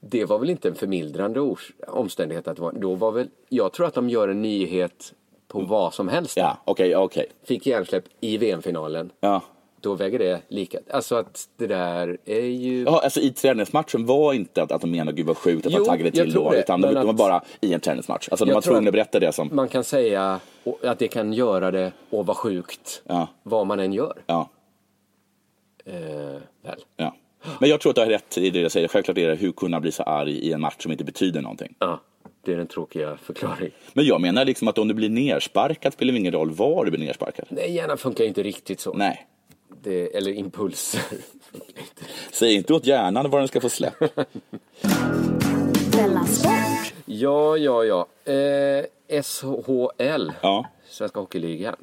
Det var väl inte en förmildrande ors- omständighet att vara, då var väl, jag tror att de gör en nyhet på vad som helst.
Mm. Ja, okej, okej.
Fick hjärnsläpp i VM-finalen,
Ja.
då väger det lika. Alltså att det där är ju...
Jaha, alltså i träningsmatchen var inte att, att de menade gud vad sjukt att
Jo,
man taggade
jag
till
tror
då,
det,
utan de,
men
de var
att-
bara i en träningsmatch. Alltså de
Jag
var
tror
tvungna att
att-
berätta det som...
Man kan säga och- att det kan göra det och vara sjukt
Ja.
vad man än gör.
Ja,
Eh, väl.
ja. Men jag tror att du har rätt i det jag säger. Självklart är det hur kunna bli så arg i en match som inte betyder någonting.
Ja, det är den tråkiga förklaringen.
Men jag menar liksom att om du blir nersparkad spelar det ingen roll var du blir nersparkad.
Nej, hjärnan funkar ju inte riktigt så.
Nej.
Det, eller impulser. funkar inte.
Säg inte åt hjärnan var den ska få släpp.
Della Sport!
ja, ja, ja. Eh, SHL,
Ja.
Svenska Hockeyligan.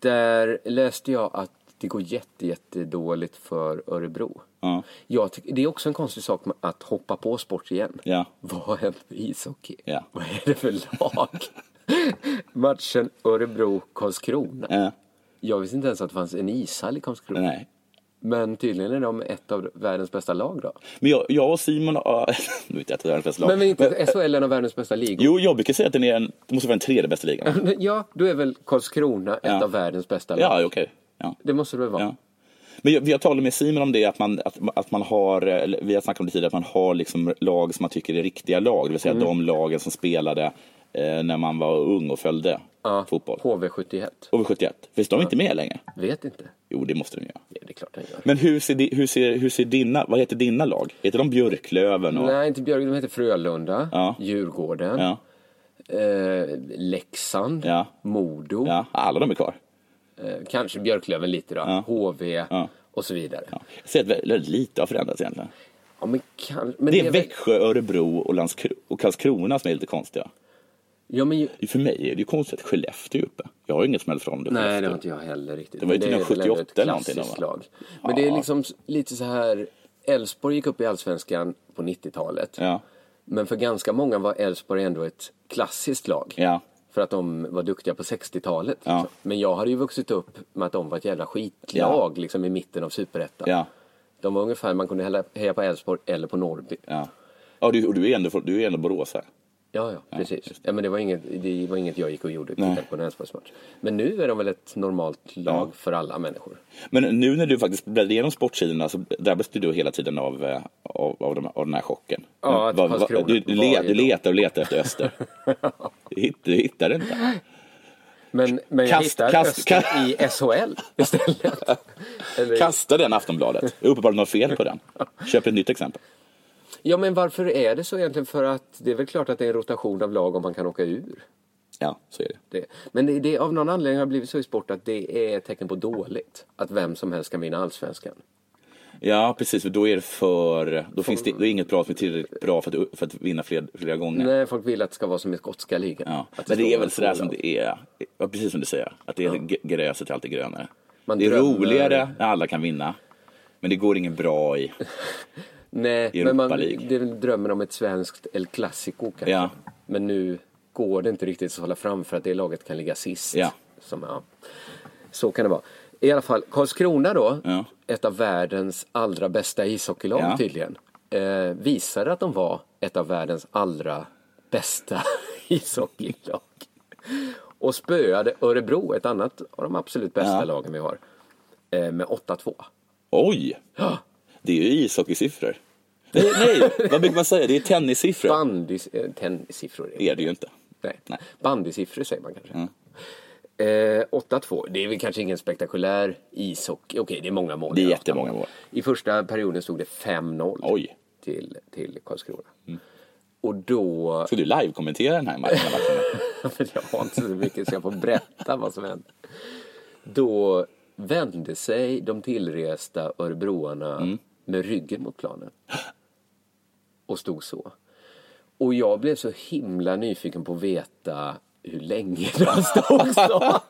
Där läste jag att det går jätte, jättedåligt för Örebro.
Ja.
Jag tycker- det är också en konstig sak med att hoppa på sport igen.
Ja.
Vad har hänt med ishockey?
Ja.
Vad är det för lag? Matchen Örebro-Karlskrona.
Ja.
Jag visste inte ens att det fanns en ishall i Karlskrona.
eh, Nej.
Men tydligen är de ett av världens bästa lag då.
Men jag, jag och Simon... har- Nu vet jag att det är världens lag.
Men, men inte SHL är en av världens bästa ligor?
Jo, jag brukar säga att den är en, det måste vara den tredje bästa ligan.
Ja, då är väl Karlskrona ett
Ja.
av världens bästa lag?
Ja, okej. Ja.
Det måste det väl vara?
Ja. Men jag, jag talade med Simon om det, att man, att, att man har, eller vi har snackat om det tidigare, att man har liksom lag som man tycker är riktiga lag, det vill
Mm.
säga de lagen som spelade eh, när man var ung och följde
Ja,
fotboll.
HV71?
Och vid 71, finns de inte med längre?
Vet inte.
Jo, det måste de göra.
Ja, det är klart den gör.
Men hur ser, di- hur ser, hur ser dina, vad heter dina lag? Heter de Björklöven? Och,
Nej, inte Björk. De heter Frölunda,
Ja.
Djurgården,
Ja,
eh, Leksand,
Ja.
Modo,
ja, alla de är kvar.
eh, kanske Björklöven lite då,
Ja.
HV
Ja.
och så vidare. Ja.
Ja. Jag ser att väldigt lite har förändrats egentligen.
men kan, men
Det är
väl-
Växjö, Örebro och, Landskro- och Karlskrona som är lite konstiga.
Ja, men ju...
För mig är det ju konstigt att Skellefteå är uppe. Jag har ju inget som helst förhållande till
Nej, det
Skellefteå.
har inte jag heller riktigt.
Det var ju
Men
till
är väl ändå ett
78 eller någonting då,
klassiskt
va?
lag. Men det är
Ja.
liksom s- lite så här, Elfsborg gick upp i Allsvenskan på 90-talet.
Ja.
Men för ganska många var Elfsborg ändå ett klassiskt lag.
Ja.
För att de var duktiga på 60-talet.
Ja.
liksom. Men jag hade ju vuxit upp med att de var ett jävla skitlag liksom, i mitten av superettan.
Ja.
De var ungefär, man kunde hella- heja på Elfsborg eller på Norrby.
Ja. Ja, du, och du är ändå, från- du är ändå boråsare.
Ja, ja, precis. Ja, men det, var inget, det var inget jag gick och gjorde, tittade på en Elfsborgsmatch. Men nu är de väl ett normalt lag för alla människor.
Men nu när du faktiskt bläddrar igenom sportsidorna så drabbas du då hela tiden av, eh, av, av, de, av den här chocken.
Ja, att
Vad- vad-
Karlskrona
du,
var
le,
ju
du
då.
letar och letar efter öster. du, hittar, du hittar det inte.
Men, men jag
Kast-
hittar
kast-
Öster
kast-
i SHL istället. Eller,
Kasta den Aftonbladet. Det är uppenbarligen något fel på den. Köp ett nytt exempel.
Ja, men varför är det så egentligen? För att det är väl klart att det är en rotation av lag om man kan åka ur.
Ja, så är det.
Det. Men det, det, av någon anledning har det blivit så i sport att det är ett tecken på dåligt. Att vem som helst kan vinna allsvenskan.
Ja, precis. För då är det för... Då finns det, då är inget bra som är tillräckligt bra för att, för att vinna fler, flera gånger.
Nej, folk vill att det ska vara som i skotska ligan.
Ja.
Att
Men det
ska
är
vara
väl sådär som
två lag.
det är, ja, precis som du säger, att det är g- gräset är alltid grönare.
Man
det är
drömmer.
roligare när alla kan vinna, men det går ingen bra i.
Nej,
Europa
men man,
League.
det är väl drömmen om ett svenskt El Clasico kanske.
Ja.
Men nu går det inte riktigt att hålla fram för att det laget kan ligga sist.
Ja.
Som, ja. Så kan det vara. I alla fall, Karlskrona då,
Ja.
ett av världens allra bästa ishockeylag
Ja.
tydligen, eh, visade att de var ett av världens allra bästa ishockeylag. Och spöade Örebro, ett annat av de absolut bästa
Ja.
lagen vi har, eh, med 8-2.
Oj!
Ja.
Det är ju ishockeysiffror. Nej, nej, vad brukar man säga? Det är tennissiffror.
Bandy, eh, tennissiffror
Det är det ju inte.
Nej.
Nej.
Bandysiffror säger man kanske.
Mm.
Eh, 8-2, det är väl kanske ingen spektakulär ishockey. Okej, det är många mål.
Det är
i
jättemånga
åttan.
mål.
I första perioden stod det 5-0
Oj. Mm.
Till, till Karlskrona. Och då...
Ska du live-kommentera den här matchen?
för jag har inte så mycket så jag får berätta vad som hände. Då vände sig de tillresta örebroarna
Mm.
med ryggen mot planen. Och stod så. Och jag blev så himla nyfiken på att veta hur länge de stod så.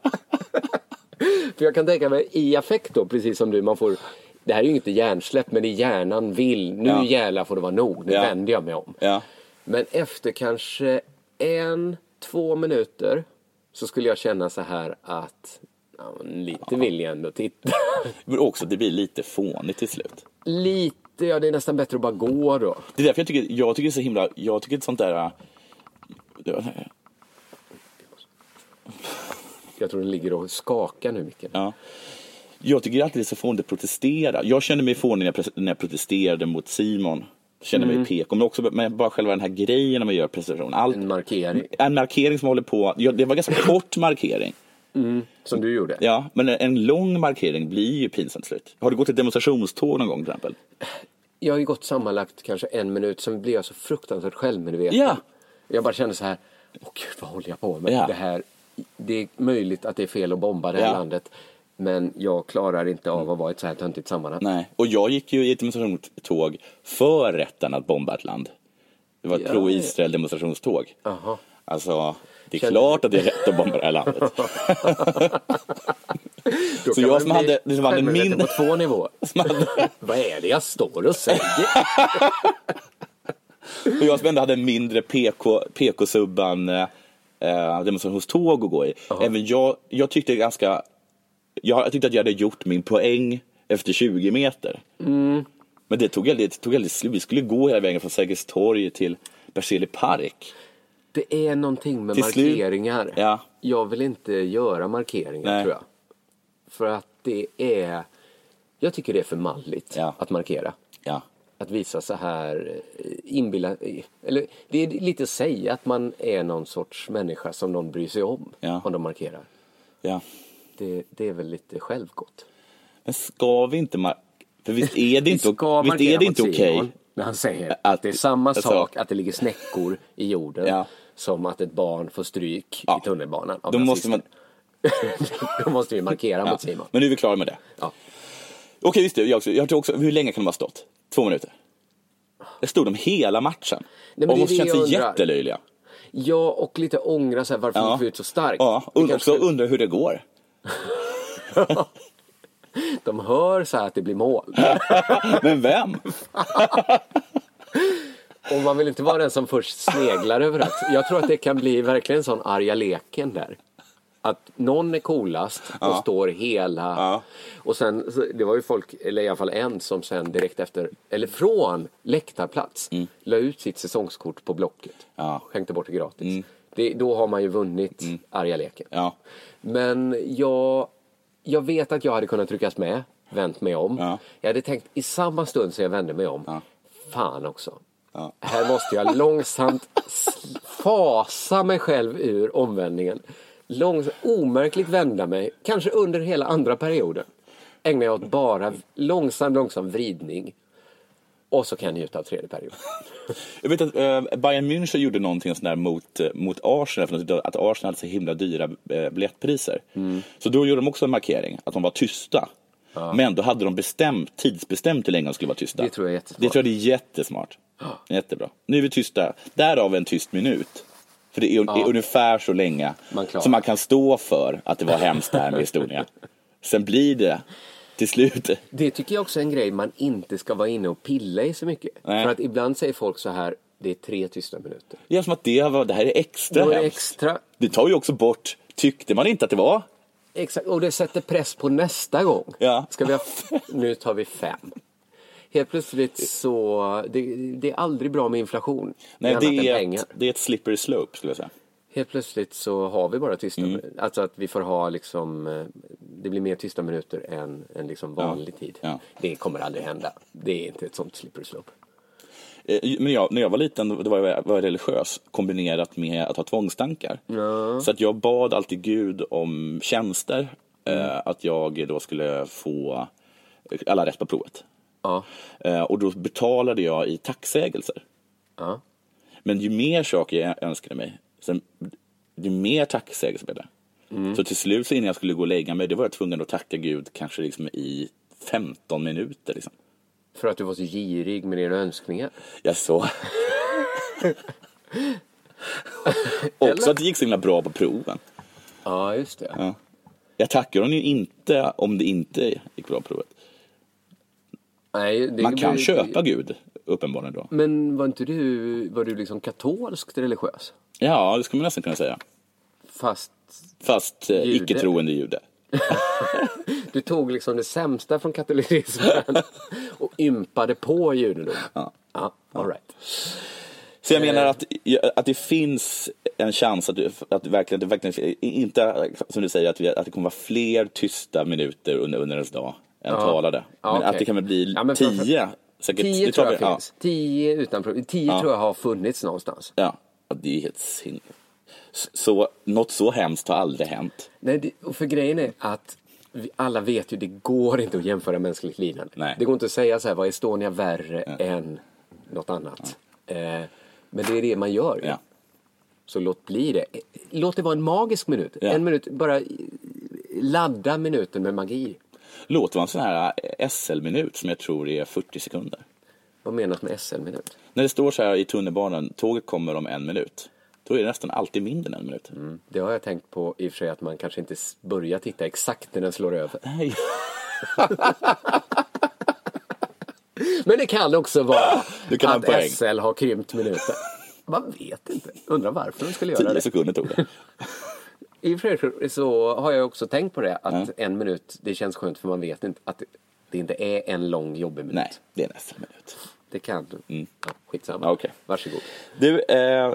För jag kan tänka mig i affekt då, precis som du, man får det här är ju inte hjärnsläpp, men i hjärnan vill, nu
Ja.
jävlar får det vara nog, nu
Ja.
vänder jag mig om.
Ja.
Men efter kanske en, två minuter så skulle jag känna så här att ja, men lite vill jag ändå titta.
Men också att det blir lite fånigt till slut.
lite, ja det är nästan bättre att bara gå då.
Det är därför jag tycker, jag tycker det är så himla, jag tycker ett sånt där... äh,
Jag tror den ligger och skakar nu mycket.
Ja. Jag tycker alltid det är så fånigt att protestera. Jag kände mig fånig när jag, pres- när jag protesterade mot Simon. Kände
Mm.
mig PK. Men också men bara själva den här grejen när man gör presentation. Allt,
En markering
en markering som håller på, ja, det var ganska kort markering.
som du gjorde.
Ja, men en lång markering blir ju pinsamt till slut. Har du gått ett demonstrationståg någon gång till exempel?
Jag har ju gått sammanlagt kanske en minut, sen blev jag så fruktansvärt självmedveten.
Ja.
Jag bara kände så här, åh gud vad håller jag på med?
Ja.
Det, här, det är möjligt att det är fel att bomba det här
Ja. Mm.
landet, men jag klarar inte av att vara i ett så här töntigt sammanhang.
Nej. Och jag gick ju i ett demonstrationståg för rätten att bomba ett land. Det var ett
Ja.
pro-Israel demonstrationståg.
Jaha.
Alltså, det är
Kände-
klart att det är rätt att bomba det här landet.
Då
Så
kan
jag
man
som
bli
hade- det som hade
självmedveten
min-
på två nivåer.
Som hade-
vad är det jag står och säger?
Och jag som ändå hade en mindre PK, PK-subban eh, demonstrationståg att gå i. Även jag, jag tyckte ganska, jag, jag tyckte att jag hade gjort min poäng efter 20 meter.
Mm.
Men det tog aldrig, det tog aldrig slut. Vi skulle gå hela vägen från Sergels torg till Berzelii park.
Det är någonting med
Till slut-
markeringar.
Ja.
Jag vill inte göra markeringar
Nej.
tror jag. För att det är, jag tycker det är för manligt
Ja.
att markera.
Ja.
Att visa så här, eh, inbilla, eh, eller det är lite att säga att man är någon sorts människa som någon bryr sig om.
Ja.
Om de markerar.
ja.
Det, det är väl lite självgott.
Men ska vi inte mar- För visst är det inte,
Vi ska
visst är
markera
det
mot
inte okej?
Simon När han säger
Att-
att det är samma
alltså-
sak att det ligger snäckor i jorden
Ja.
som att ett barn får stryk
Ja.
i tunnelbanan. av
Då måste
nazister.
man...
Då måste vi markera
Ja.
mot Simon.
Men nu är vi klara med det.
Ja.
Okej, visst. Jag, också, jag tror också, hur länge kan de ha stått? Två minuter? Det stod de hela matchen.
men det
och
är
måste
det
känna
jag
sig
undrar.
jättelöjliga.
ja, och lite ångra så här, varför
Ja.
gick vi ut så starkt?
Ja,
Det
och
kanske-
också undrar hur det går.
De hör så här att det blir mål.
Men vem?
Och man vill inte vara den som först sneglar överallt. Jag tror att det kan bli verkligen en sån arga leken där. Att någon är coolast och står hela.
Ja.
Och sen, så- det var ju folk, eller i alla fall en som sen direkt efter, eller från läktarplats, la ut sitt säsongskort på Blocket.
Mm. Ja. Mm.
Skänkte bort det gratis. Det, då har man ju vunnit arga leken.
Ja.
Men jag, jag vet att jag hade kunnat tryckas med, vänt mig om.
Ja.
Jag hade tänkt i samma stund som jag vände mig om,
Ja.
fan också.
Ja.
Här måste jag långsamt s- fasa mig själv ur omvändningen. Långs- omärkligt vända mig, kanske under hela andra perioden. Ägnar jag åt bara långsam, långsam vridning. Och så kan jag njuta av tredje perioden.
Jag vet att eh, Bayern München gjorde någonting sånt där mot, eh, mot Arsenal, för att- att Arsenal hade så himla dyra eh, biljettpriser.
Mm.
Så då gjorde de också en markering, att de var tysta. Men då hade de bestämt, tidsbestämt hur länge de skulle vara tysta.
Det tror jag är jättesmart.
Det tror jag det är jättesmart. Jättebra. Nu är vi tysta, därav en tyst minut. För det är, är ungefär så länge
Man klarar.
som man kan stå för att det var hemskt det här med Estonia. Sen blir det till slut
Det tycker jag också är en grej man inte ska vara inne och pilla i så mycket.
Nej.
För att ibland säger folk så här, det är tre tysta minuter.
Det är som att det, var, det här är extra
Då är det
hemskt.
extra.
Det tar ju också bort, tyckte man inte att det var?
Exakt, och det sätter press på nästa gång.
Ja.
Ska vi ha f- nu tar vi fem. Helt plötsligt så, det, det är aldrig bra med inflation.
Nej,
annat än
det är,
pengar.
ett, det är ett slippery slope skulle jag säga.
Helt plötsligt så har vi bara tysta
Mm.
minuter. Alltså att vi får ha liksom, eh, det blir mer tysta minuter än, än liksom vanlig tid.
ja.
Det kommer aldrig hända. Det är inte ett sånt slippery slope.
Eh, Men jag, när jag var liten då var jag, var jag religiös kombinerat med att ha tvångstankar. Så att jag bad alltid Gud om tjänster. Eh, att jag då skulle få alla rätt på provet.
Ja.
Eh, och då betalade jag i tacksägelser.
ja.
Men ju mer saker jag önskade mig, sen, ju mer tacksägelser blev det.
Mm.
Så till slut så innan jag skulle gå och lägga mig, det var jag tvungen att tacka Gud kanske liksom i 15 minuter. Liksom.
För att du var så girig med dina önskningar.
Jag så. Också att det gick så himla bra på proven.
Ja, just det.
Ja. Jag tackar honom ju inte om det inte gick bra provet.
Nej, det
Man kan
blir-
köpa Gud, uppenbarligen då.
Men var inte du, var du liksom katolskt religiös?
Ja, det skulle man nästan kunna säga.
Fast
Fast eh,
Jude.
icke-troende jude.
du tog liksom det sämsta från katolicismen och ympade på judendom.
Ja.
Ja, all right.
Så
Eh.
jag menar att, att det finns en chans att, du, att det verkligen, det verkligen, inte som du säger, att, vi, att det kommer vara fler tysta minuter under, under ens dag än talade. Men
Ja, okej.
att det kan väl bli
Ja, men för- för-
tio. Säkert,
Tio
det
tror jag
vi- ja.
finns. Tio utan problem. Tio tror jag har funnits någonstans.
Ja, ja, det är helt sinne. S- Så, något så hemskt har aldrig hänt.
Nej, det, och för grejen är att vi alla vet ju, det går inte att jämföra mänskligt lidande.
Nej.
Det går inte att säga så här, var Estonia värre än något annat? Eh, men det är det man gör ju.
Ja.
Så låt bli det. Eh, Låt det vara en magisk minut.
Ja.
En minut, bara eh, ladda minuten med magi.
Låt vara en sån här SL-minut som jag tror är 40 sekunder.
Vad menas med SL-minut?
När det står så här i tunnelbanan, tåget kommer om en minut. Då är det nästan alltid mindre än en minut.
Det har jag tänkt på i och för sig att man kanske inte s- börjar titta exakt när den slår över.
Nej.
Men det kan också vara
Du kan ha en poäng.
att SL har krympt minuten. Man vet inte. Undrar varför de skulle göra
10
det.
sekunder tog det.
I och för sig så har jag också tänkt på det att en minut, det känns skönt för man vet inte att det inte är en lång jobbig minut.
Nej, det är nästan en minut.
Det kan ja, Skitsamma.
Ja, okej.
Varsågod.
Du, eh,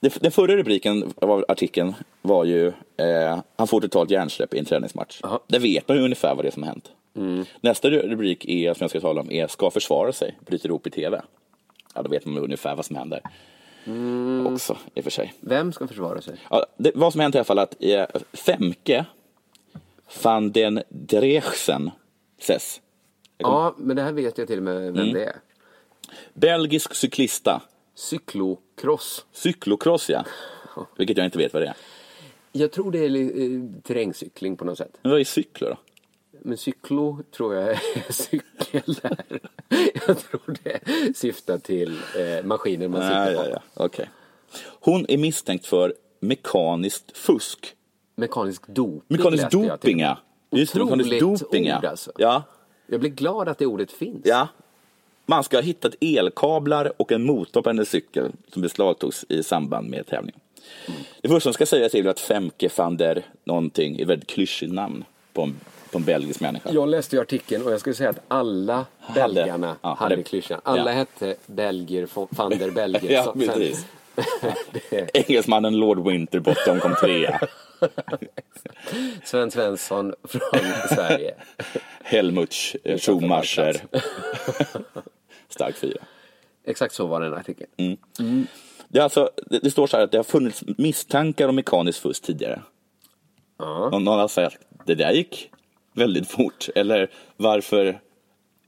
det- den förra rubriken av artikeln var ju eh, Han får totalt hjärnsläpp i en träningsmatch.
Jaha.
Där vet man ju ungefär vad det är som har hänt. Nästa ru- rubrik är, som jag ska tala om är Ska försvara sig, bryter ihop i TV. Ja, då vet man ju ungefär vad som händer. Också, i och för sig.
Vem ska försvara sig?
Ja, det, vad som hänt i alla fall är att eh, Femke van den Drechsen, ses.
Ja, men det här vet jag till och med vem
Mm.
det är.
belgisk cyklista,
Cyklocross.
cyklocross ja. Vilket jag inte vet vad det är.
Jag tror det är li- eh, terrängcykling på något sätt.
Men vad är cyklo då?
Men cyklo tror jag är cykel där. Jag tror det syftar till eh, maskiner man
Ja,
sitter på.
ja, ja. Okej. Hon är misstänkt för mekaniskt fusk.
Mekanisk doping
Mekanisk
läste jag till och
doping,
med.
ja. Just det, mekanisk
Otroligt
doping, ja.
ord, alltså.
ja.
Jag blir glad att det ordet finns.
Ja. Man ska ha hittat elkablar och en motor på hennes cykel som beslagtogs i samband med tävlingen. Det första som ska sägas är väl att Femke van der någonting är ett väldigt klyschigt namn på en, på en belgisk människa.
Jag läste ju artikeln och jag skulle säga att alla belgarna
ja,
hade
hade-
klyschan. Alla
ja.
hette Belgier, von- van der Belgier.
Ja,
Så-
precis.
Det-
Engelsmannen Lord Winterbottom kom trea.
Sven Svensson från Sverige.
Helmut eh, Schumacher. Stark fyra.
Exakt så var den artikeln.
Mm. Det, är alltså, det, det står så här att det har funnits misstankar om mekaniskt fusk tidigare. Någon, någon har sagt det där gick väldigt fort. Eller varför,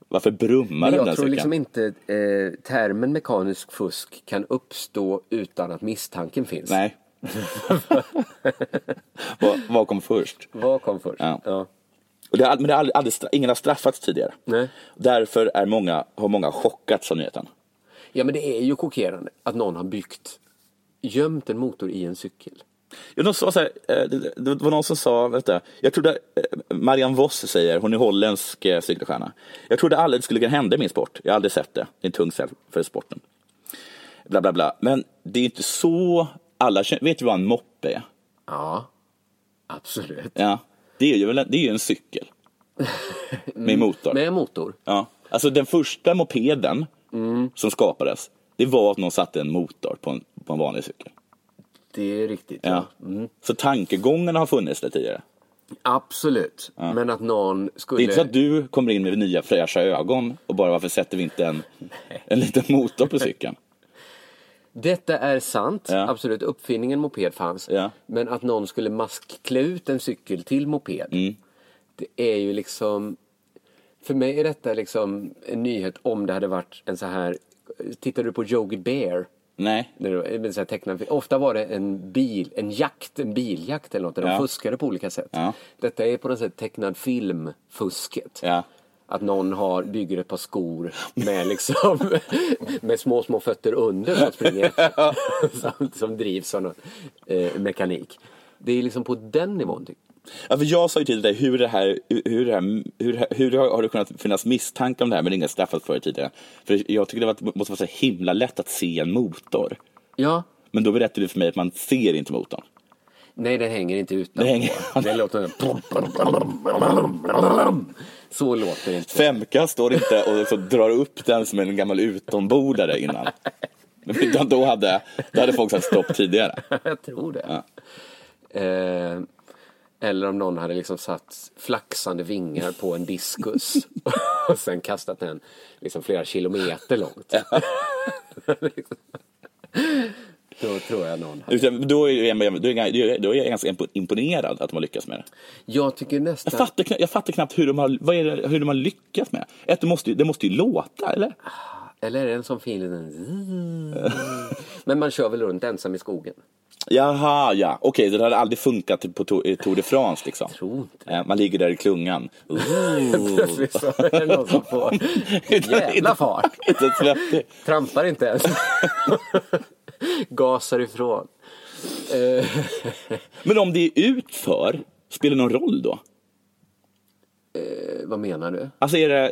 varför brummar
Men
den
jag
där
tror
cykeln?
liksom inte eh, termen mekanisk fusk kan uppstå utan att misstanken finns.
Nej. vad, vad kom först?
Vad kom först?
Ja. Och det, har- men det har aldrig, aldrig, stra- ingen har straffats tidigare.
Nej.
Därför är många, har många chockats av nyheten.
ja, men det är ju chockerande att någon har byggt, gömt en motor i en cykel.
Ja, de sa så här, eh, det, det var någon som sa, vänta, jag trodde, eh, Marianne Voss säger, hon är holländsk eh, cykelstjärna. Jag trodde aldrig det skulle kunna hända i min sport. Jag har aldrig sett det. Det är en tung sak för sporten. Bla, bla, bla. Men det är inte så alla känner, vet du vad en moppe är?
Ja, absolut.
Ja, det är ju, väl en, det är ju en cykel. Med motor.
Med motor.
Ja. Alltså den första mopeden som skapades, det var att någon satte en motor på en, på en vanlig cykel.
Det är riktigt.
Ja. Så tankegångarna har funnits där tidigare.
Absolut. Men att någon skulle...
Det är inte så att du kommer in med nya fräscha ögon och bara varför sätter vi inte en, en liten motor på cykeln?
Detta är sant.
Ja.
Absolut. Uppfinningen moped fanns.
Ja.
Men att någon skulle maskklä ut en cykel till moped.
Mm.
Det är ju liksom... För mig är detta liksom en nyhet om det hade varit en så här... Tittar du på Yogi Bear?
Nej.
När det var- en sån här tecknad, film. ofta var det en bil, en jakt, en biljakt eller något där de
Ja.
fuskade på olika sätt.
Ja.
Detta är på något sätt tecknad filmfusket.
Ja.
Att någon har, bygger ett par skor med, liksom, med små, små fötter under som springer. som, som drivs av någon eh, mekanik. Det är liksom på den nivån. ty-
Ja, för jag sa ju till dig hur, det här, hur, det här, hur, det här, hur har, har det kunnat finnas misstankar om det här men ingen straffats för det tidigare? För jag tycker det var, måste vara så himla lätt att se en motor.
Ja.
Men då berättade du för mig att man ser inte motorn.
Nej, den hänger inte utanpå.
Det hänger-
Den låter... Så låter det inte.
Femka står inte och så drar upp den som en gammal utombordare innan. Utan då hade, då hade folk sagt stopp tidigare.
Jag tror det. Eh, eller om någon hade liksom satt flaxande vingar på en diskus och sen kastat den liksom flera kilometer långt. Då tror jag någon
Utan Då är jag, då är jag, då är jag ganska imponerad att de har lyckats med det.
Jag tycker nästan...
Jag fattar, kna- jag fattar knappt hur de har, vad är det, hur de har lyckats med det. Ett, det, måste, ju- det måste ju låta, eller?
Eller är det en sån fin liten... Men man kör väl runt ensam i skogen?
Jaha, ja. Okej, det hade aldrig funkat på Tour i Tour de France liksom.
Tror inte.
Eh, Man ligger där i klungan.
Plötsligt så är det någon som får jävla fart.
Inte svettig.
Trampar inte ens. Gasar ifrån. Eh,
Men om det är utför, spelar det någon roll då?
Eh, vad menar du?
Alltså är det,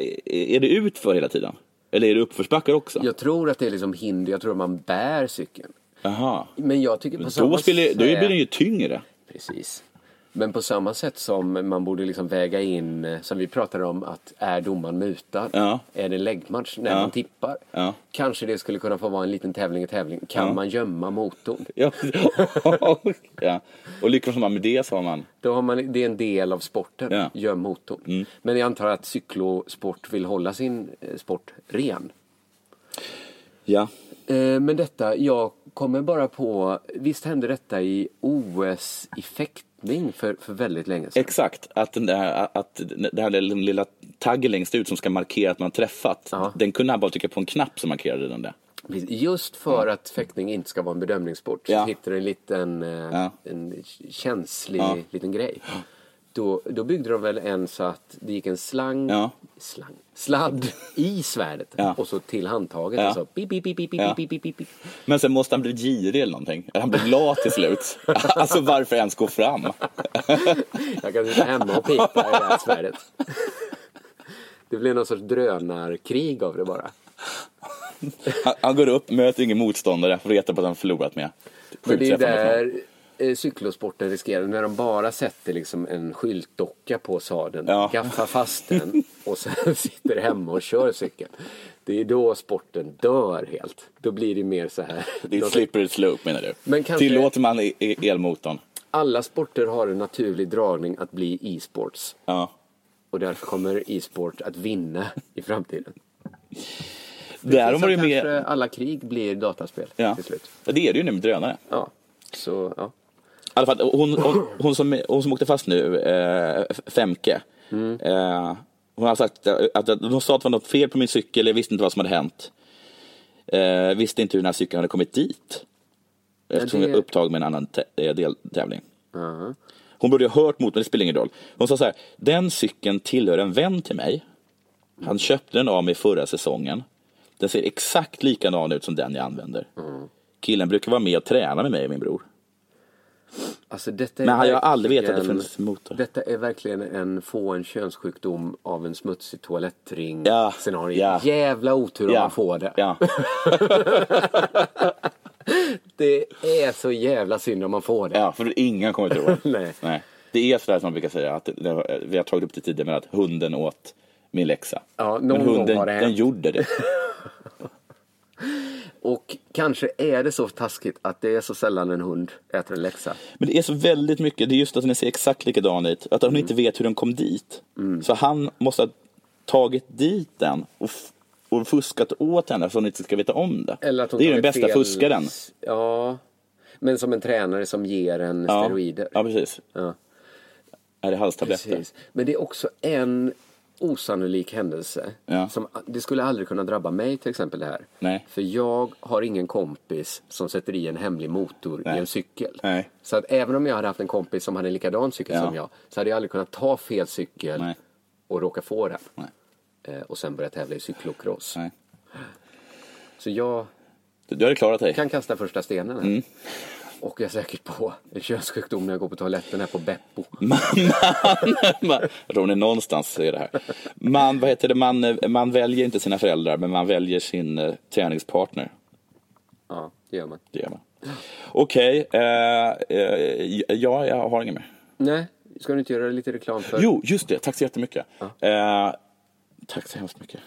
är det utför hela tiden? Eller är det uppförsbackar också?
Jag tror att det är liksom hinder, jag tror att man bär cykeln.
Jaha.
Men jag tycker på samma
Då, spelar,
sätt...
då blir den ju tyngre.
Precis. Men på samma sätt som man borde liksom väga in, eh, som vi pratade om, att är domaren mutad?
Ja.
Är det läggmatch när man tippar?
Ja.
Kanske det skulle kunna få vara en liten tävling i tävling. Kan man gömma motorn?
Ja. ja. Och lyckas man med det så har man...
Då har man, det är en del av sporten,
Ja. Mm.
göm motorn. Men jag antar att cyklosport vill hålla sin eh, sport ren.
Ja.
Eh, Men detta, jag kommer bara på, visst hände detta i OS i fäktning för, för väldigt länge sedan?
Exakt, att, den där, att det här lilla, lilla taggen längst ut som ska markera att man träffat,
Ja.
den kunde han bara trycka på en knapp som markerade den där.
Precis. Just för att fäktning inte ska vara en bedömningssport
Ja.
så hittar du en liten eh, en k- känslig liten grej. Då, då byggde de väl en så att det gick en slang,
Ja.
slang sladd i svärdet
Ja.
och så till handtaget.
Ja.
Och så, pip, pip, pip, pip,
Ja.
pip, pip, pip, pip.
Men sen måste han bli girig eller någonting, han blir glad till slut. alltså varför ens gå fram?
Jag kan sitta hemma och pipa i det här svärdet. Det blev någon sorts drönarkrig av det bara.
Han, han går upp, möter ingen motståndare, retar på att han förlorat med.
Men det är ju
Sjukträffar med
där eh, cyklosporten riskerar, när de bara sätter liksom en skyltdocka på sadeln,
Ja.
gaffar fast den och sen sitter hemma och kör cykeln. Det är då sporten dör helt. Då blir det mer så här.
Det är ett slippery slope menar du?
Men kanske-
Tillåter man i- i- elmotorn?
Alla sporter har en naturlig dragning att bli e-sports
Ja.
och därför kommer e-sport att vinna i framtiden.
Där har
Som
man ju
kanske
med...
alla krig blir dataspel
Ja.
till slut.
ja, det är det ju nu med drönare.
Ja, så ja.
I alla fall, hon, hon, hon, som, hon som åkte fast nu, eh, F- Femke, eh, hon har sagt att, att de sa att det var något fel på min cykel, jag visste inte vad som hade hänt. Eh, visste inte hur den här cykeln hade kommit dit. Eftersom
det-
jag är upptagen med en annan tä- eh, deltävling. Hon borde ha hört mot men det spelar ingen roll. Hon sa så här, den cykeln tillhör en vän till mig. Han köpte den av mig förra säsongen. Den ser exakt likadan ut som den jag använder.
Mm.
Killen brukar vara med och träna med mig och min bror.
Alltså detta är
Men hade jag aldrig vetat
verkligen-
att det funnits motor?
Detta är verkligen en få en könssjukdom av en smutsig toalettring
Ja,
scenario.
ja.
Jävla otur om man får det.
Ja.
Det är så jävla synd om man får det.
ja, för ingen kommer tro det.
Nej.
Det är sådär som man brukar säga, att det, vi har tagit upp det tidigare, men att hunden åt min läxa.
Ja, någon
men
gång
hunden
har det hänt.
den gjorde det.
Och kanske är det så taskigt att det är så sällan en hund äter en läxa.
Men det är så väldigt mycket, det är just att den ser exakt likadan ut, att hon
Mm.
inte vet hur den kom dit. Så han måste ha tagit dit den och, f- och fuskat åt henne så hon inte ska veta om det.
Eller att hon
det är ju
tar
den
ett
bästa
fel-
fuskaren.
Ja, men som en tränare som ger en
Ja.
steroider.
Ja, precis.
Ja.
Är det halstabletter?
Precis. Men det är också en osannolik händelse.
Ja.
Som, det skulle aldrig kunna drabba mig till exempel det här.
Nej.
För jag har ingen kompis som sätter i en hemlig motor
Nej.
i en cykel.
Nej.
Så att även om jag hade haft en kompis som hade en likadan cykel
Ja.
som jag så hade jag aldrig kunnat ta fel cykel
Nej.
och råka få den.
Nej.
Eh, och sen börja tävla i cyklocross.
Nej.
Så jag
Du, du hade klarat dig. Mm.
kan kasta första stenen. här. Och jag är säkert på en könssjukdom när jag går på toaletten här på Beppo.
Mm. Man- Jag tror ni någonstans är det här. Man, vad heter det? Man, man väljer inte sina föräldrar, men man väljer sin eh, träningspartner.
Ja, det gör man.
Det gör man. Okej, eh, eh, ja, jag har inget mer.
Nej, ska du inte göra lite reklam för
Jo, just det. Tack så jättemycket. Eh, tack så hemskt mycket.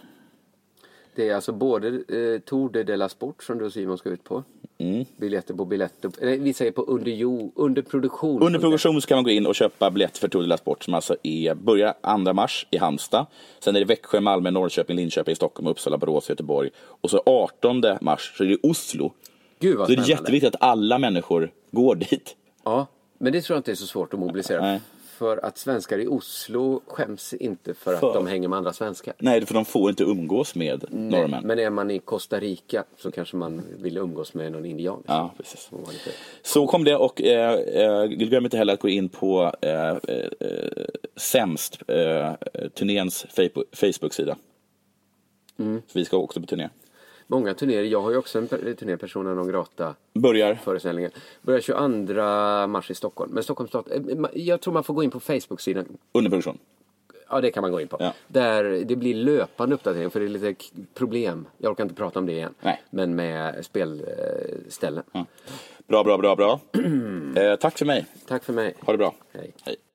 Det är alltså både eh, Tour de, de la Sport som du och Simon ska ut på.
Mm.
Biljetter på biljetter. Nej, vi säger på underjo, underproduktion.
Under progression så kan man gå in och köpa biljett för Tour de la Sport som alltså är, börjar 2 mars i Halmstad. Sen är det Växjö, Malmö, Norrköping, Linköping, Stockholm, Uppsala, Borås, Göteborg. Och så 18 mars så är det Oslo.
Gud vad
Så det är
spännande.
jätteviktigt att alla människor går dit.
Ja, men det tror jag inte är så svårt att mobilisera.
Nej.
För att svenskar i Oslo skäms inte för att
För-
de hänger med andra svenskar.
Nej, för de får inte umgås med norrmän.
Men är man i Costa Rica så kanske man vill umgås med någon indian.
Ja, precis.
Som var lite-
Så kom det och eh, eh, glöm inte heller att gå in på eh, eh, eh, Sämst, eh, turnéns Facebook- Facebook-sida.
Mm.
För vi ska också på turné.
Många turnéer, jag har ju också en per- turné, Persona non grata
Börjar
föreställningen. Börjar 22 mars i Stockholm. Men Stockholms stad, eh, ma- jag tror man får gå in på Facebook-sidan.
underproduktion.
Ja, det kan man gå in på.
Ja.
Där det blir löpande uppdatering för det är lite k- problem. Jag orkar inte prata om det igen.
Nej.
Men med spelställen.
Bra, bra, bra, bra. eh, tack för mig.
Tack för mig.
Ha det bra.
Hej.
Hej.